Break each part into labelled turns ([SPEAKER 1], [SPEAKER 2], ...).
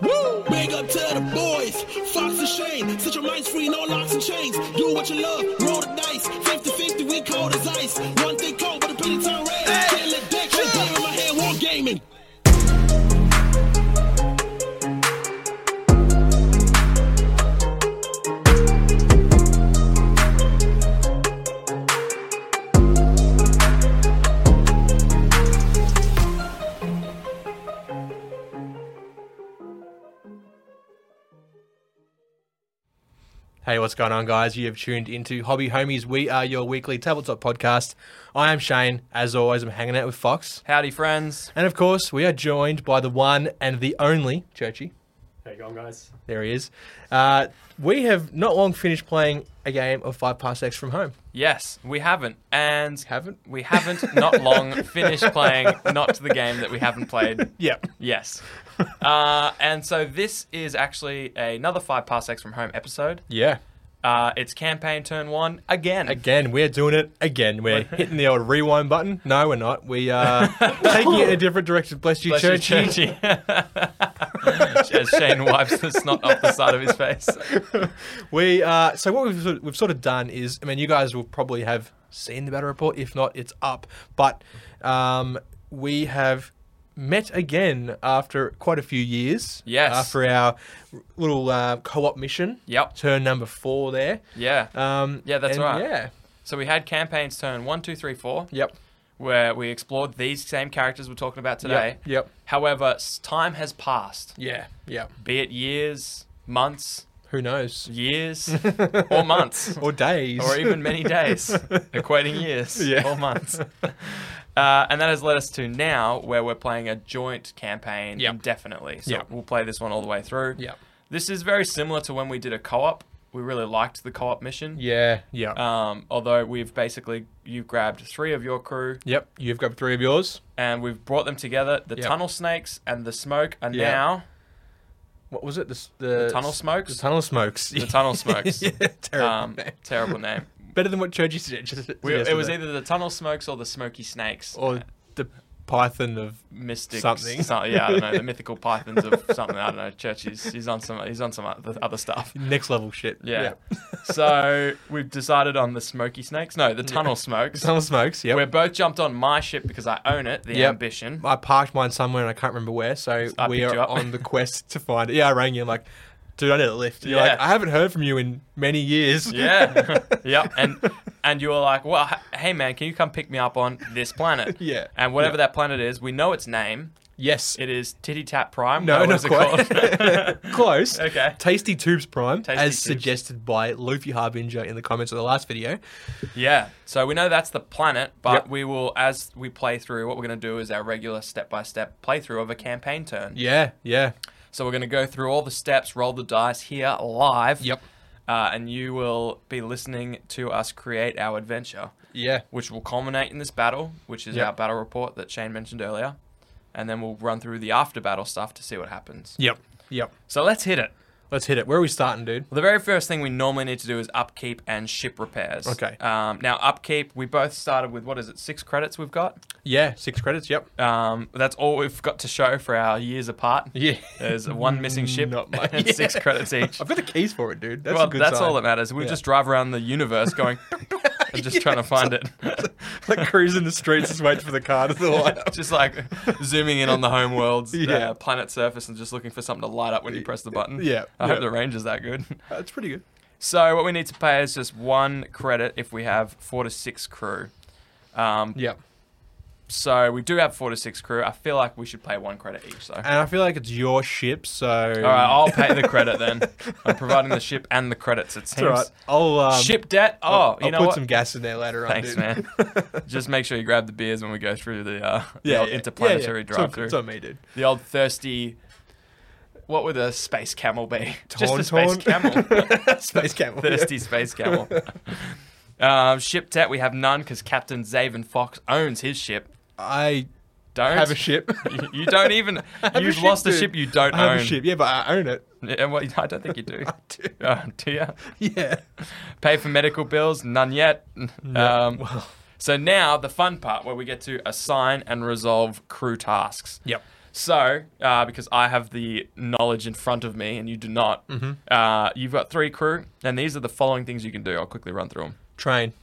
[SPEAKER 1] Big up to the boys, Fox and Shane. Set your minds free, no locks and chains. Do what you love, roll the dice. 50 50, we cold as ice. One thing cold, but the penny turn red. Hey. Can't let dick, hey. game in my hand, war gaming.
[SPEAKER 2] Hey, what's going on, guys? You have tuned into Hobby Homies. We are your weekly tabletop podcast. I am Shane. As always, I'm hanging out with Fox.
[SPEAKER 3] Howdy, friends.
[SPEAKER 2] And of course, we are joined by the one and the only Churchy.
[SPEAKER 4] How you going, guys?
[SPEAKER 2] There he is. Uh, we have not long finished playing a game of Five Parsecs from Home.
[SPEAKER 3] Yes, we haven't, and
[SPEAKER 2] Haven't?
[SPEAKER 3] we haven't not long finished playing not the game that we haven't played.
[SPEAKER 2] Yep.
[SPEAKER 3] Yes, uh, and so this is actually another five parsecs from home episode.
[SPEAKER 2] Yeah.
[SPEAKER 3] Uh, it's campaign turn one again.
[SPEAKER 2] Again, we're doing it again. We're hitting the old rewind button. No, we're not. We are taking it in a different direction. Bless you,
[SPEAKER 3] Bless you,
[SPEAKER 2] Churchy.
[SPEAKER 3] Churchy. As Shane wipes the snot off the side of his face.
[SPEAKER 2] We uh, so what we've sort of- we've sort of done is, I mean, you guys will probably have seen the battle report. If not, it's up. But um, we have met again after quite a few years.
[SPEAKER 3] Yes.
[SPEAKER 2] After our little uh, co-op mission.
[SPEAKER 3] Yep.
[SPEAKER 2] Turn number four there.
[SPEAKER 3] Yeah.
[SPEAKER 2] Um,
[SPEAKER 3] Yeah, that's
[SPEAKER 2] and
[SPEAKER 3] right.
[SPEAKER 2] Yeah.
[SPEAKER 3] So we had campaigns turn one, two, three, four.
[SPEAKER 2] Yep.
[SPEAKER 3] where we explored these same characters we're talking about today.
[SPEAKER 2] Yep. yep.
[SPEAKER 3] However, s- time has passed,
[SPEAKER 2] Yeah. Yeah.
[SPEAKER 3] be it years, months,
[SPEAKER 2] Who knows?
[SPEAKER 3] years, or months,
[SPEAKER 2] Or days.
[SPEAKER 3] or even many days, equating years
[SPEAKER 2] Yeah.
[SPEAKER 3] or months. Uh, and that has led us to now where we're playing a joint campaign
[SPEAKER 2] Yep.
[SPEAKER 3] indefinitely. So
[SPEAKER 2] Yep.
[SPEAKER 3] we'll play this one all the way through.
[SPEAKER 2] Yep.
[SPEAKER 3] This is very similar to when we did a co op. We really liked the co op mission.
[SPEAKER 2] Yeah. Yeah.
[SPEAKER 3] Um, although we've basically, you've grabbed three of your crew,
[SPEAKER 2] yep. You've grabbed three of yours.
[SPEAKER 3] and we've brought them together. The
[SPEAKER 2] Yep.
[SPEAKER 3] tunnel snakes and the smoke are
[SPEAKER 2] Yeah.
[SPEAKER 3] now
[SPEAKER 2] What was it? The, s-
[SPEAKER 3] the tunnel smokes.
[SPEAKER 2] The tunnel smokes.
[SPEAKER 3] The tunnel smokes.
[SPEAKER 2] yeah, terrible.
[SPEAKER 3] um,
[SPEAKER 2] name.
[SPEAKER 3] terrible name.
[SPEAKER 2] Better than what Churchy suggested.
[SPEAKER 3] We, it was
[SPEAKER 2] yesterday.
[SPEAKER 3] either the tunnel smokes or the smoky snakes.
[SPEAKER 2] or the Python of
[SPEAKER 3] mystics.
[SPEAKER 2] something.
[SPEAKER 3] so- yeah, I don't know. The mythical pythons of something. I don't know. Church is he's on some he's on some other other stuff.
[SPEAKER 2] next level shit.
[SPEAKER 3] Yeah. so we've decided on the smoky snakes. No, the tunnel smokes.
[SPEAKER 2] Tunnel smokes. Yep.
[SPEAKER 3] We're both jumped on my ship because I own it. The
[SPEAKER 2] Yep.
[SPEAKER 3] ambition.
[SPEAKER 2] I parked mine somewhere and I can't remember where, so
[SPEAKER 3] I
[SPEAKER 2] we
[SPEAKER 3] picked
[SPEAKER 2] are
[SPEAKER 3] you up.
[SPEAKER 2] on the quest to find it. Yeah, I rang you. I'm like, dude, I need a lift. You're like,
[SPEAKER 3] Yeah.
[SPEAKER 2] I haven't heard from you in many years.
[SPEAKER 3] Yeah. yep. And and you were like, well, h- hey man, can you come pick me up on this planet?
[SPEAKER 2] Yeah.
[SPEAKER 3] And whatever
[SPEAKER 2] Yeah.
[SPEAKER 3] that planet is, we know its name.
[SPEAKER 2] yes.
[SPEAKER 3] It is Titty Tap Prime.
[SPEAKER 2] no,
[SPEAKER 3] Uh, What
[SPEAKER 2] not
[SPEAKER 3] is it
[SPEAKER 2] quite.
[SPEAKER 3] called?
[SPEAKER 2] Close.
[SPEAKER 3] Okay.
[SPEAKER 2] Tasty Tubes Prime,
[SPEAKER 3] Tasty
[SPEAKER 2] as
[SPEAKER 3] Tubes.
[SPEAKER 2] suggested by Luffy Harbinger in the comments of the last video.
[SPEAKER 3] yeah. So we know that's the planet, but
[SPEAKER 2] Yep.
[SPEAKER 3] we will, as we play through, what we're going to do is our regular step by step playthrough of a campaign turn.
[SPEAKER 2] Yeah, yeah.
[SPEAKER 3] So we're going to go through all the steps, roll the dice here live.
[SPEAKER 2] Yep.
[SPEAKER 3] Uh, and you will be listening to us create our adventure.
[SPEAKER 2] Yeah.
[SPEAKER 3] which will culminate in this battle, which is
[SPEAKER 2] Yep.
[SPEAKER 3] our battle report that Shane mentioned earlier. And then we'll run through the after battle stuff to see what happens.
[SPEAKER 2] Yep. Yep.
[SPEAKER 3] So let's hit it.
[SPEAKER 2] Let's hit it. Where are we starting, dude?
[SPEAKER 3] The very first thing we normally need to do is upkeep and ship repairs.
[SPEAKER 2] Okay.
[SPEAKER 3] Um, now, upkeep, we both started with, what is it, six credits we've got?
[SPEAKER 2] Yeah, six credits. Yep.
[SPEAKER 3] Um, that's all we've got to show for our years apart.
[SPEAKER 2] Yeah.
[SPEAKER 3] There's one missing ship
[SPEAKER 2] Not much.
[SPEAKER 3] and six
[SPEAKER 2] Yeah.
[SPEAKER 3] credits each.
[SPEAKER 2] I've got the keys for it, dude. That's
[SPEAKER 3] well,
[SPEAKER 2] a good
[SPEAKER 3] that's
[SPEAKER 2] sign.
[SPEAKER 3] all that matters. We
[SPEAKER 2] Yeah.
[SPEAKER 3] just drive around the universe going, and just trying to find it.
[SPEAKER 2] like cruising the streets, just waiting for the car to light up.
[SPEAKER 3] just like zooming in on the home world's
[SPEAKER 2] Yeah.
[SPEAKER 3] uh, planet surface and just looking for something to light up when you press the button.
[SPEAKER 2] Yeah,
[SPEAKER 3] I
[SPEAKER 2] yeah.
[SPEAKER 3] hope the range is that good.
[SPEAKER 2] That's Uh, pretty good.
[SPEAKER 3] So what we need to pay is just one credit if we have four to six crew. Um,
[SPEAKER 2] Yeah,
[SPEAKER 3] So we do have four to six crew. I feel like we should pay one credit each. So.
[SPEAKER 2] and I feel like it's your ship, so
[SPEAKER 3] all right, I'll pay the credit then. I'm providing the ship and the credits. It
[SPEAKER 2] It's
[SPEAKER 3] seems.
[SPEAKER 2] all right. I'll um,
[SPEAKER 3] ship debt. Oh,
[SPEAKER 2] I'll,
[SPEAKER 3] you
[SPEAKER 2] I'll
[SPEAKER 3] know
[SPEAKER 2] put
[SPEAKER 3] what?
[SPEAKER 2] some gas in there later on.
[SPEAKER 3] Thanks,
[SPEAKER 2] dude.
[SPEAKER 3] man. Just make sure you grab the beers when we go through the, uh, the
[SPEAKER 2] yeah,
[SPEAKER 3] old
[SPEAKER 2] yeah.
[SPEAKER 3] interplanetary
[SPEAKER 2] yeah, yeah. It's on-
[SPEAKER 3] drive-through.
[SPEAKER 2] It's on me, dude.
[SPEAKER 3] The old thirsty. What would a space camel be? Just a space
[SPEAKER 2] Tauntaun?
[SPEAKER 3] camel.
[SPEAKER 2] space camel. yeah.
[SPEAKER 3] thirsty space camel. um, ship debt we have none because Captain Zaven Fox owns his ship.
[SPEAKER 2] I
[SPEAKER 3] Don't
[SPEAKER 2] have a ship.
[SPEAKER 3] You- You don't even.
[SPEAKER 2] I have a
[SPEAKER 3] You've
[SPEAKER 2] ship,
[SPEAKER 3] lost a
[SPEAKER 2] dude.
[SPEAKER 3] ship you don't
[SPEAKER 2] I have
[SPEAKER 3] own.
[SPEAKER 2] a ship. Yeah, but I own it.
[SPEAKER 3] Yeah, well, I don't think you do.
[SPEAKER 2] I do.
[SPEAKER 3] Uh, do you?
[SPEAKER 2] Yeah.
[SPEAKER 3] Pay for medical bills? None yet. Um,
[SPEAKER 2] well,
[SPEAKER 3] so now the fun part where we get to assign and resolve crew tasks.
[SPEAKER 2] yep.
[SPEAKER 3] So, uh, because I have the knowledge in front of me and you do not,
[SPEAKER 2] Mm-hmm.
[SPEAKER 3] uh, you've got three crew, and these are the following things you can do. I'll quickly run through them.
[SPEAKER 2] Train.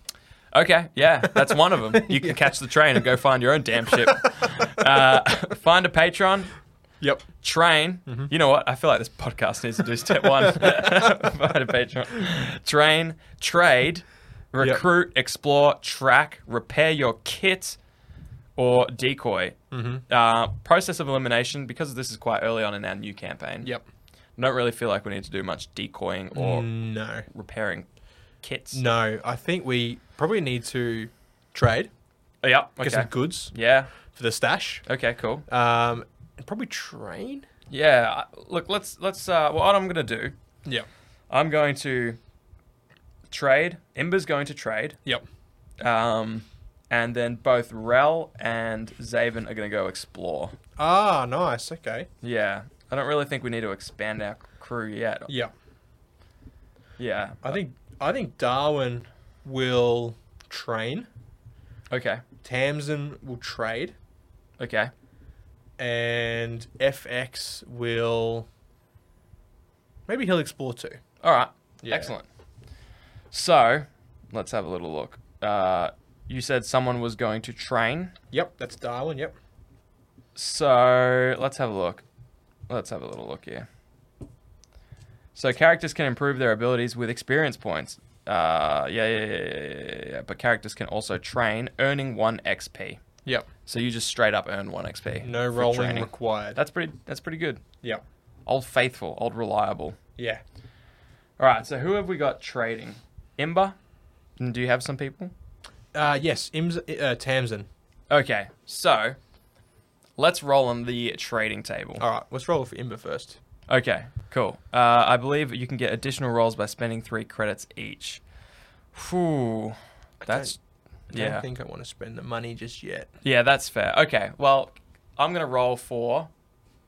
[SPEAKER 3] Okay, yeah, that's one of them. You can catch the train and go find your own damn ship. Uh, find a patron,
[SPEAKER 2] Yep.
[SPEAKER 3] train.
[SPEAKER 2] Mm-hmm.
[SPEAKER 3] You know what? I feel like this podcast needs to do step one. find a patron, train, trade, recruit, explore, track, repair your kit, or decoy.
[SPEAKER 2] Mm-hmm.
[SPEAKER 3] Uh, process of elimination because this is quite early on in our new campaign.
[SPEAKER 2] Yep.
[SPEAKER 3] Don't really feel like we need to do much decoying or
[SPEAKER 2] No.
[SPEAKER 3] repairing kits.
[SPEAKER 2] No. I think we probably need to trade,
[SPEAKER 3] Yep.
[SPEAKER 2] get
[SPEAKER 3] Okay.
[SPEAKER 2] some goods
[SPEAKER 3] Yeah.
[SPEAKER 2] for the stash.
[SPEAKER 3] Okay. Cool.
[SPEAKER 2] Um, and probably train.
[SPEAKER 3] Yeah. I- Look, let's let's. Uh, what I'm gonna do?
[SPEAKER 2] Yep.
[SPEAKER 3] I'm going to trade. Ember's going to trade.
[SPEAKER 2] Yep.
[SPEAKER 3] Um, and then both Rel and Zaven are going to go explore.
[SPEAKER 2] Ah, nice. Okay.
[SPEAKER 3] Yeah. I don't really think we need to expand our crew yet.
[SPEAKER 2] Yeah.
[SPEAKER 3] Yeah.
[SPEAKER 2] I think I think Darwin will train.
[SPEAKER 3] Okay.
[SPEAKER 2] Tamsin will trade,
[SPEAKER 3] Okay.
[SPEAKER 2] and FX will. Maybe he'll explore too.
[SPEAKER 3] All right.
[SPEAKER 2] Yeah.
[SPEAKER 3] Excellent. So, let's have a little look. Uh, you said someone was going to train.
[SPEAKER 2] Yep, that's Darwin. Yep.
[SPEAKER 3] So let's have a look. Let's have a little look here. So characters can improve their abilities with experience points. Uh, yeah, yeah, yeah, yeah, yeah, yeah, yeah. But characters can also train, earning one XP.
[SPEAKER 2] Yep.
[SPEAKER 3] So you just straight up earn one XP.
[SPEAKER 2] No
[SPEAKER 3] for
[SPEAKER 2] rolling
[SPEAKER 3] training.
[SPEAKER 2] required.
[SPEAKER 3] That's pretty. That's pretty good.
[SPEAKER 2] yep.
[SPEAKER 3] Old faithful, old reliable.
[SPEAKER 2] Yeah.
[SPEAKER 3] All right. So who have we got trading? Imba. And Do you have some people?
[SPEAKER 2] Uh, yes, Ims, uh, Tamsin.
[SPEAKER 3] Okay. So let's roll on the trading table.
[SPEAKER 2] All right, let's roll for Imber first.
[SPEAKER 3] Okay, cool. Uh, I believe you can get additional rolls by spending three credits each. Whew. That's
[SPEAKER 2] I don't
[SPEAKER 3] yeah,
[SPEAKER 2] think I want to spend the money just yet.
[SPEAKER 3] yeah. That's fair. Okay. Well, I'm gonna roll for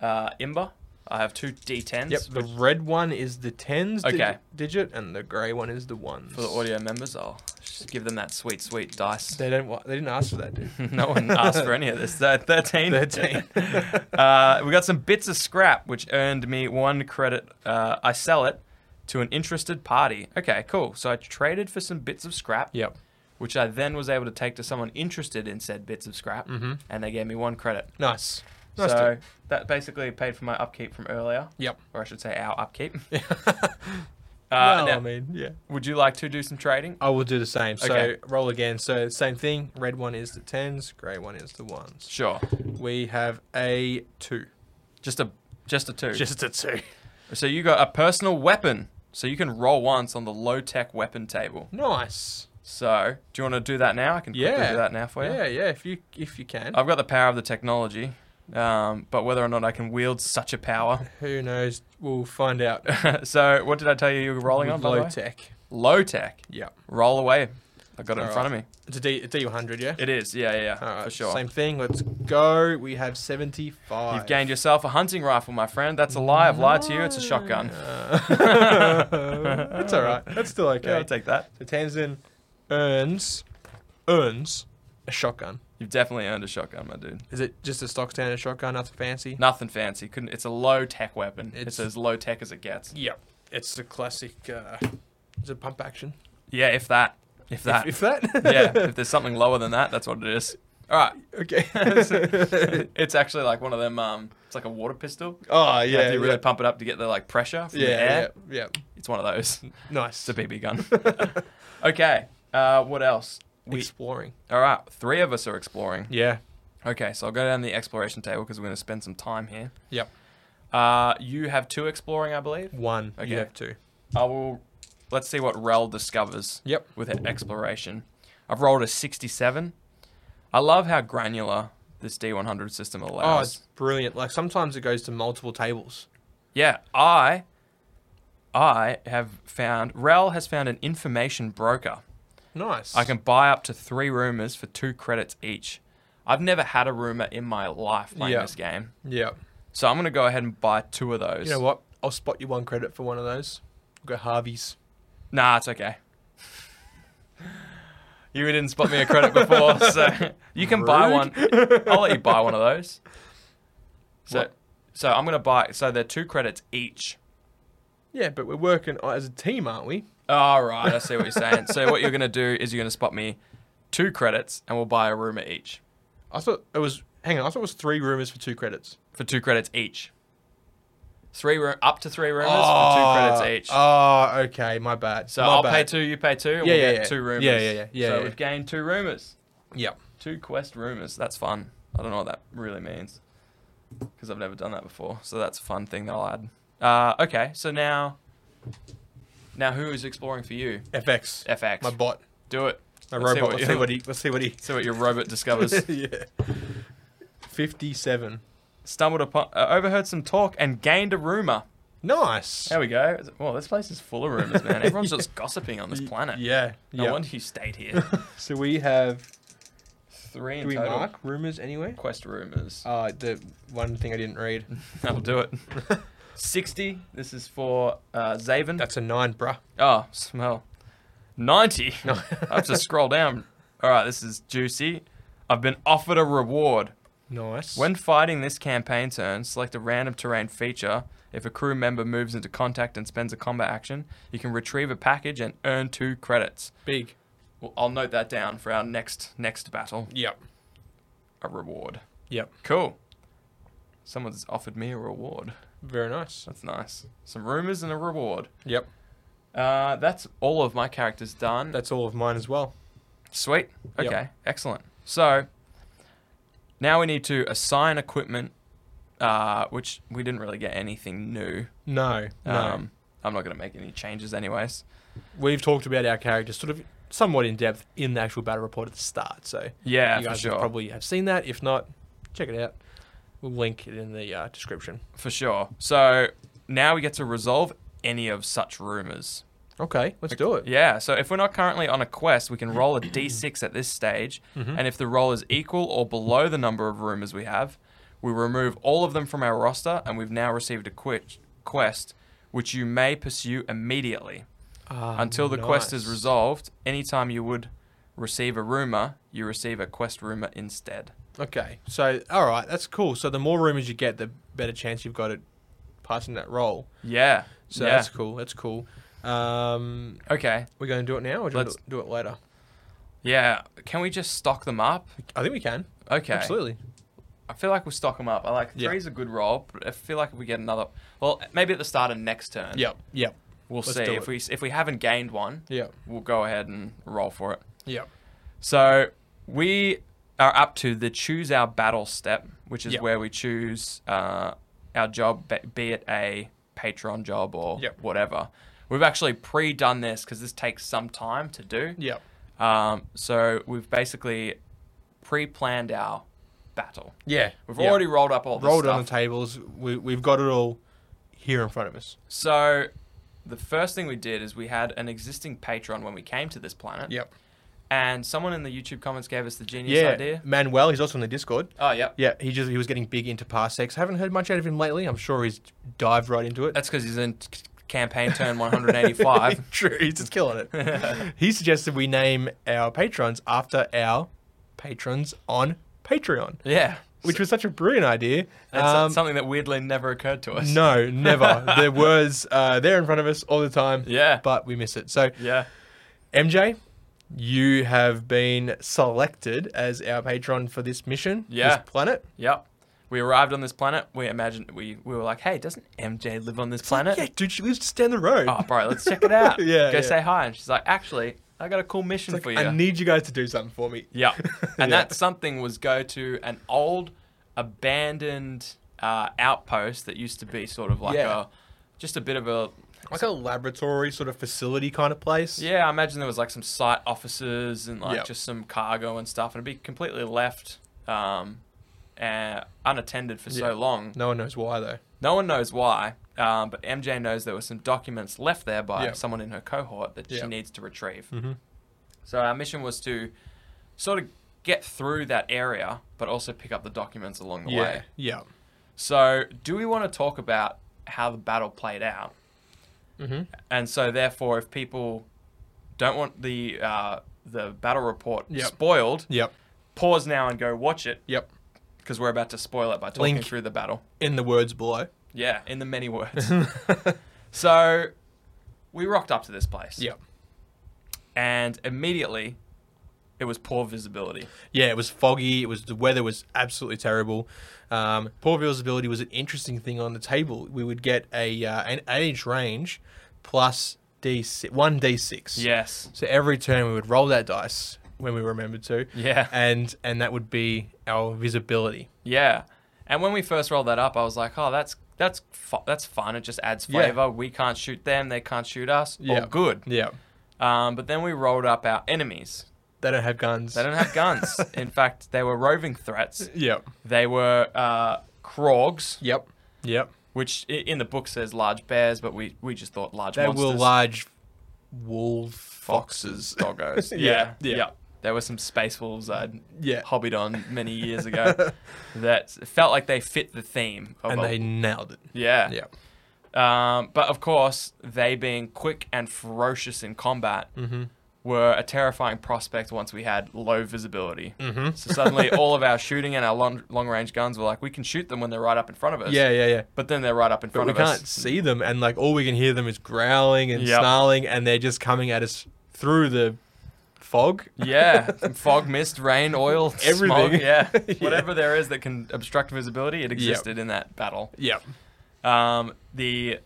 [SPEAKER 3] uh, Imber. I have two D10s
[SPEAKER 2] Yep, the red one is the tens dig-
[SPEAKER 3] Okay.
[SPEAKER 2] digit, and the grey one is the ones.
[SPEAKER 3] for the audio members. I'll just give them that sweet, sweet dice.
[SPEAKER 2] They didn't. wa- They didn't ask for that, dude.
[SPEAKER 3] no one asked for any of this. Uh, Thirteen.
[SPEAKER 2] 13.
[SPEAKER 3] uh, we got some bits of scrap, which earned me one credit. Uh, I sell it to an interested party. Okay, cool. So I traded for some bits of scrap.
[SPEAKER 2] Yep.
[SPEAKER 3] which I then was able to take to someone interested in said bits of scrap, and they gave me one credit.
[SPEAKER 2] Nice. Mm-hmm. Nice.
[SPEAKER 3] so
[SPEAKER 2] dude.
[SPEAKER 3] that basically paid for my upkeep from earlier,
[SPEAKER 2] Yep.
[SPEAKER 3] or I should say our upkeep. uh,
[SPEAKER 2] well,
[SPEAKER 3] now,
[SPEAKER 2] I mean, yeah.
[SPEAKER 3] would you like to do some trading?
[SPEAKER 2] I will do the same.
[SPEAKER 3] Okay.
[SPEAKER 2] So roll again. So same thing. Red one is the tens. Grey one is the ones.
[SPEAKER 3] Sure.
[SPEAKER 2] We have a two.
[SPEAKER 3] Just a just a two.
[SPEAKER 2] Just a two.
[SPEAKER 3] so you got a personal weapon, so you can roll once on the low tech weapon table.
[SPEAKER 2] Nice.
[SPEAKER 3] So do you want to do that now? I can quickly
[SPEAKER 2] Yeah.
[SPEAKER 3] do that now for you.
[SPEAKER 2] Yeah, yeah. If you if you can.
[SPEAKER 3] I've got the power of the technology, um, but whether or not I can wield such a power.
[SPEAKER 2] Who knows? We'll find out.
[SPEAKER 3] so what did I tell you you were rolling
[SPEAKER 2] With
[SPEAKER 3] on? by the
[SPEAKER 2] low
[SPEAKER 3] way?
[SPEAKER 2] tech.
[SPEAKER 3] Low tech.
[SPEAKER 2] Yeah.
[SPEAKER 3] Roll away. I got it in
[SPEAKER 2] All
[SPEAKER 3] front of me.
[SPEAKER 2] It's a D. It's D one hundred. Yeah.
[SPEAKER 3] It is, yeah, yeah, yeah,
[SPEAKER 2] All right.
[SPEAKER 3] for sure.
[SPEAKER 2] Same thing. Let's go. We have seventy five.
[SPEAKER 3] You've gained yourself a hunting rifle, my friend. That's a lie. I've lied to you. It's a shotgun.
[SPEAKER 2] Uh, that's all right. That's still okay.
[SPEAKER 3] Yeah, I'll take that.
[SPEAKER 2] so Tamsin earns earns a shotgun.
[SPEAKER 3] You've definitely earned a shotgun, my dude.
[SPEAKER 2] Is it just a stock standard shotgun? Nothing fancy.
[SPEAKER 3] Nothing fancy. Couldn't. It's a low tech weapon. It's,
[SPEAKER 2] It's-
[SPEAKER 3] as low tech as it gets.
[SPEAKER 2] Yep. It's the classic. Uh, is it pump action?
[SPEAKER 3] Yeah, if that. If that.
[SPEAKER 2] If, if that.
[SPEAKER 3] yeah. If there's something lower than that, that's what it is. All right.
[SPEAKER 2] okay.
[SPEAKER 3] It's actually like one of them. Um, it's like a water pistol.
[SPEAKER 2] oh yeah.
[SPEAKER 3] You have to really
[SPEAKER 2] yeah.
[SPEAKER 3] pump it up to get the like pressure from
[SPEAKER 2] yeah,
[SPEAKER 3] the air.
[SPEAKER 2] yeah. Yeah.
[SPEAKER 3] It's one of those.
[SPEAKER 2] Nice.
[SPEAKER 3] It's a BB gun. okay. Uh, what else? We
[SPEAKER 2] Exploring.
[SPEAKER 3] All right, three of us are exploring.
[SPEAKER 2] Yeah.
[SPEAKER 3] Okay, so I'll go down the exploration table because we're going to spend some time here.
[SPEAKER 2] Yep.
[SPEAKER 3] Uh, you have two exploring, I believe.
[SPEAKER 2] One.
[SPEAKER 3] Okay.
[SPEAKER 2] You have two.
[SPEAKER 3] I will. Let's see what Rel discovers.
[SPEAKER 2] Yep.
[SPEAKER 3] With her exploration, I've rolled a sixty-seven. I love how granular this D100 system
[SPEAKER 2] Oh,
[SPEAKER 3] allows.
[SPEAKER 2] it's brilliant. Like sometimes it goes to multiple tables.
[SPEAKER 3] Yeah, I, I have found Rel has found an information broker.
[SPEAKER 2] Nice.
[SPEAKER 3] I can buy up to three rumors for two credits each. I've never had a rumor in my life playing
[SPEAKER 2] Yeah.
[SPEAKER 3] this game.
[SPEAKER 2] Yeah.
[SPEAKER 3] So I'm gonna go ahead and buy two of those.
[SPEAKER 2] You know what? I'll spot you one credit for one of those. We'll go Harvey's.
[SPEAKER 3] Nah, it's okay. you didn't spot me a credit before, so you can buy
[SPEAKER 2] Rude.
[SPEAKER 3] one. I'll let you buy one of those. So,
[SPEAKER 2] What?
[SPEAKER 3] so I'm gonna buy. So they're two credits each.
[SPEAKER 2] Yeah, but we're working uh, as a team, aren't we?
[SPEAKER 3] All right, I see what you're saying. so what you're gonna do is you're gonna spot me two credits, and we'll buy a room at each
[SPEAKER 2] I thought it was. Hang on, I thought it was three rumors for two credits.
[SPEAKER 3] for two credits each. Three room up to three roomers for two credits each.
[SPEAKER 2] Oh, okay, my bad.
[SPEAKER 3] so
[SPEAKER 2] My
[SPEAKER 3] I'll
[SPEAKER 2] bad.
[SPEAKER 3] pay two, you pay two, and
[SPEAKER 2] Yeah,
[SPEAKER 3] we'll
[SPEAKER 2] yeah,
[SPEAKER 3] get
[SPEAKER 2] yeah.
[SPEAKER 3] two roomers.
[SPEAKER 2] Yeah, yeah, yeah, yeah,
[SPEAKER 3] So
[SPEAKER 2] yeah.
[SPEAKER 3] we've gained two roomers,
[SPEAKER 2] Yep.
[SPEAKER 3] two quest roomers. That's fun. I don't know what that really means because I've never done that before. So that's a fun thing that I'll add. Uh, okay, so now, now who is exploring for you?
[SPEAKER 2] FX.
[SPEAKER 3] FX.
[SPEAKER 2] My bot.
[SPEAKER 3] Do it.
[SPEAKER 2] My
[SPEAKER 3] Let's
[SPEAKER 2] robot. let's
[SPEAKER 3] See what,
[SPEAKER 2] see what he. Let's see what he.
[SPEAKER 3] see what your robot discovers.
[SPEAKER 2] yeah. Fifty-seven.
[SPEAKER 3] Stumbled upon, uh, overheard some talk, and gained a rumor.
[SPEAKER 2] Nice.
[SPEAKER 3] There we go. Well, this place is full of rumors, man. Everyone's just gossiping on this planet.
[SPEAKER 2] Yeah.
[SPEAKER 3] No
[SPEAKER 2] yeah.
[SPEAKER 3] wonder you stayed here.
[SPEAKER 2] So we have.
[SPEAKER 3] Three in
[SPEAKER 2] Do we
[SPEAKER 3] total.
[SPEAKER 2] mark rumors anywhere?
[SPEAKER 3] Quest rumors.
[SPEAKER 2] Uh, the one thing I didn't read.
[SPEAKER 3] That'll do it. 60. This is for uh, Zaven.
[SPEAKER 2] That's a nine, bruh.
[SPEAKER 3] oh, smell. 90. I have to scroll down. All right, this is juicy. I've been offered a reward.
[SPEAKER 2] Nice.
[SPEAKER 3] When fighting this campaign turn, select a random terrain feature. If a crew member moves into contact and spends a combat action, you can retrieve a package and earn two credits.
[SPEAKER 2] big.
[SPEAKER 3] Well, I'll note that down for our next next battle.
[SPEAKER 2] Yep.
[SPEAKER 3] A reward.
[SPEAKER 2] Yep.
[SPEAKER 3] Cool. Someone's offered me a reward.
[SPEAKER 2] Very nice.
[SPEAKER 3] That's nice. Some rumors and a reward.
[SPEAKER 2] Yep.
[SPEAKER 3] Uh, that's all of my characters done.
[SPEAKER 2] That's all of mine as well.
[SPEAKER 3] Sweet.
[SPEAKER 2] Yep.
[SPEAKER 3] Okay. Excellent. So now we need to assign equipment, uh, which we didn't really get anything new.
[SPEAKER 2] No. No.
[SPEAKER 3] Um, I'm not going to make any changes, anyways.
[SPEAKER 2] We've talked about our characters sort of somewhat in depth in the actual battle report at the start. So
[SPEAKER 3] Yeah,
[SPEAKER 2] you
[SPEAKER 3] for
[SPEAKER 2] guys
[SPEAKER 3] sure.
[SPEAKER 2] probably have seen that. If not, check it out. We'll link it in the uh, description.
[SPEAKER 3] For sure. So now we get to resolve any of such rumors.
[SPEAKER 2] Okay, let's do it.
[SPEAKER 3] Yeah. So if we're not currently on a quest, we can roll a d6 at this stage,
[SPEAKER 2] Mm-hmm.
[SPEAKER 3] and if the roll is equal or below the number of rumors we have, we remove all of them from our roster, and we've now received a quit- quest, which you may pursue immediately.
[SPEAKER 2] Ah,
[SPEAKER 3] Until the quest is
[SPEAKER 2] nice.
[SPEAKER 3] resolved, anytime you would receive a rumor, you receive a quest rumor instead.
[SPEAKER 2] Okay, so all right, that's cool. So the more rumors you get, the better chance you've got at passing that role.
[SPEAKER 3] Yeah.
[SPEAKER 2] So
[SPEAKER 3] yeah.
[SPEAKER 2] that's cool. That's cool. Um,
[SPEAKER 3] Okay.
[SPEAKER 2] we're going to do it now, or do you want
[SPEAKER 3] Let's-
[SPEAKER 2] to do it later?
[SPEAKER 3] Yeah. Can we just stock them up?
[SPEAKER 2] I think we can.
[SPEAKER 3] Okay.
[SPEAKER 2] Absolutely.
[SPEAKER 3] I feel like we'll stock them up. I like
[SPEAKER 2] Yeah.
[SPEAKER 3] three's a good roll, but I feel like if we get another, well, maybe at the start of next turn.
[SPEAKER 2] Yep. Yep.
[SPEAKER 3] We'll
[SPEAKER 2] Let's
[SPEAKER 3] see
[SPEAKER 2] do
[SPEAKER 3] if
[SPEAKER 2] it.
[SPEAKER 3] we if we haven't gained one.
[SPEAKER 2] Yep.
[SPEAKER 3] We'll go ahead and roll for it.
[SPEAKER 2] Yep.
[SPEAKER 3] So we are up to the choose our battle step, which is
[SPEAKER 2] Yep.
[SPEAKER 3] where we choose uh, our job, be- be it a Patreon job or
[SPEAKER 2] Yep.
[SPEAKER 3] whatever. We've actually pre-done this because this takes some time to do.
[SPEAKER 2] Yep.
[SPEAKER 3] Um, so we've basically pre-planned our battle.
[SPEAKER 2] Yeah.
[SPEAKER 3] We've
[SPEAKER 2] Yep.
[SPEAKER 3] already rolled up all the
[SPEAKER 2] rolled it
[SPEAKER 3] stuff.
[SPEAKER 2] on the tables. We, we've got it all here in front of us.
[SPEAKER 3] So the first thing we did is we had an existing patron when we came to this planet. And someone in the YouTube comments gave us the genius
[SPEAKER 2] Yeah.
[SPEAKER 3] idea.
[SPEAKER 2] Manuel, he's also on the Discord.
[SPEAKER 3] Oh, yep.
[SPEAKER 2] Yeah, he just he was getting big into parsecs. Haven't heard much out of him lately. I'm sure he's dived right into it.
[SPEAKER 3] That's because he's in c- campaign turn 185.
[SPEAKER 2] True, he's just killing it. he suggested we name our patrons after our patrons on Patreon,
[SPEAKER 3] yeah.
[SPEAKER 2] which was such a brilliant idea.
[SPEAKER 3] That's
[SPEAKER 2] Um,
[SPEAKER 3] something that weirdly never occurred to us.
[SPEAKER 2] no, never. there was uh, there in front of us all the time.
[SPEAKER 3] Yeah.
[SPEAKER 2] but we miss it. So
[SPEAKER 3] Yeah.
[SPEAKER 2] MJ, you have been selected as our patron for this mission.
[SPEAKER 3] Yeah.
[SPEAKER 2] this planet.
[SPEAKER 3] Yep. We arrived on this planet. We imagined, we, we were like, hey, doesn't MJ live on this planet?
[SPEAKER 2] Yeah, dude, she lives just down the road.
[SPEAKER 3] Oh, bro, let's check it out.
[SPEAKER 2] Yeah,
[SPEAKER 3] Go
[SPEAKER 2] yeah.
[SPEAKER 3] say hi. And she's like, actually, I got a cool mission
[SPEAKER 2] Like,
[SPEAKER 3] for you.
[SPEAKER 2] I need you guys to do something for me.
[SPEAKER 3] Yeah.
[SPEAKER 2] Yeah.
[SPEAKER 3] And that something was go to an old abandoned uh, outpost that used to be sort of like
[SPEAKER 2] Yeah.
[SPEAKER 3] a just a bit of a
[SPEAKER 2] like a laboratory sort of facility kind of place.
[SPEAKER 3] yeah, I imagine there was like some site offices and like
[SPEAKER 2] Yep.
[SPEAKER 3] just some cargo and stuff and it'd be completely left um, uh, unattended for
[SPEAKER 2] Yeah.
[SPEAKER 3] so long.
[SPEAKER 2] No one knows why though.
[SPEAKER 3] No one knows why, um, but MJ knows there were some documents left there by
[SPEAKER 2] Yeah.
[SPEAKER 3] someone in her cohort that
[SPEAKER 2] Yeah. Mm-hmm.
[SPEAKER 3] she needs to retrieve. So our mission was to sort of get through that area, but also pick up the documents along the way.
[SPEAKER 2] Yeah.
[SPEAKER 3] So, do we want to talk about how the battle played out?
[SPEAKER 2] Mhm.
[SPEAKER 3] And so, therefore, if people don't want the uh, the battle report
[SPEAKER 2] Yep.
[SPEAKER 3] spoiled,
[SPEAKER 2] Yep.
[SPEAKER 3] pause now and go watch it
[SPEAKER 2] Yep.
[SPEAKER 3] because because we're about to spoil it by talking
[SPEAKER 2] Link.
[SPEAKER 3] through the battle.
[SPEAKER 2] in the words below.
[SPEAKER 3] Yeah, in the many words. so we rocked up to this place. And immediately it was poor visibility.
[SPEAKER 2] Yeah, it was foggy. It was the weather was absolutely terrible. Um, poor visibility was an interesting thing on the table. We would get a uh, an age range plus d one d six.
[SPEAKER 3] Yes.
[SPEAKER 2] So every turn we would roll that dice when we remembered to.
[SPEAKER 3] Yeah.
[SPEAKER 2] And and that would be our visibility.
[SPEAKER 3] Yeah. And when we first rolled that up, I was like, "Oh, that's that's fu- that's fun. It just adds
[SPEAKER 2] Yeah.
[SPEAKER 3] flavor. We can't shoot them; they can't shoot us.
[SPEAKER 2] Yeah.
[SPEAKER 3] Oh, good."
[SPEAKER 2] Yeah.
[SPEAKER 3] Um, but then we rolled up our enemies.
[SPEAKER 2] They don't have guns.
[SPEAKER 3] They don't have guns. In fact, they were roving threats.
[SPEAKER 2] Yep.
[SPEAKER 3] They were uh, krogs,
[SPEAKER 2] Yep. Yep.
[SPEAKER 3] which i- in the book says large bears, but we, we just thought large
[SPEAKER 2] They
[SPEAKER 3] monsters.
[SPEAKER 2] were large wolf foxes.
[SPEAKER 3] doggos.
[SPEAKER 2] Yeah,
[SPEAKER 3] yeah,
[SPEAKER 2] yeah.
[SPEAKER 3] yeah, There were some space wolves I'd
[SPEAKER 2] Yeah.
[SPEAKER 3] hobbied on many years ago that felt like they fit the theme. Of
[SPEAKER 2] And
[SPEAKER 3] a-
[SPEAKER 2] they nailed it.
[SPEAKER 3] yeah,
[SPEAKER 2] Yeah.
[SPEAKER 3] Um, but of course, they being quick and ferocious in combat
[SPEAKER 2] Mm-hmm.
[SPEAKER 3] were a terrifying prospect once we had low visibility. Mm-hmm. So suddenly, all of our shooting and our long, long range guns were like, we can shoot them when they're right up in front of us.
[SPEAKER 2] Yeah, yeah, yeah.
[SPEAKER 3] But then they're right up in
[SPEAKER 2] But
[SPEAKER 3] front
[SPEAKER 2] we
[SPEAKER 3] of
[SPEAKER 2] can't
[SPEAKER 3] us.
[SPEAKER 2] see them, and like all we can hear them is growling and
[SPEAKER 3] Yep.
[SPEAKER 2] snarling, and they're just coming at us through the fog.
[SPEAKER 3] Yeah, some fog, mist, rain, oil,
[SPEAKER 2] Everything.
[SPEAKER 3] Smog, yeah,
[SPEAKER 2] Yeah.
[SPEAKER 3] whatever there is that can obstruct visibility, it existed in that battle.
[SPEAKER 2] Yeah.
[SPEAKER 3] Um, the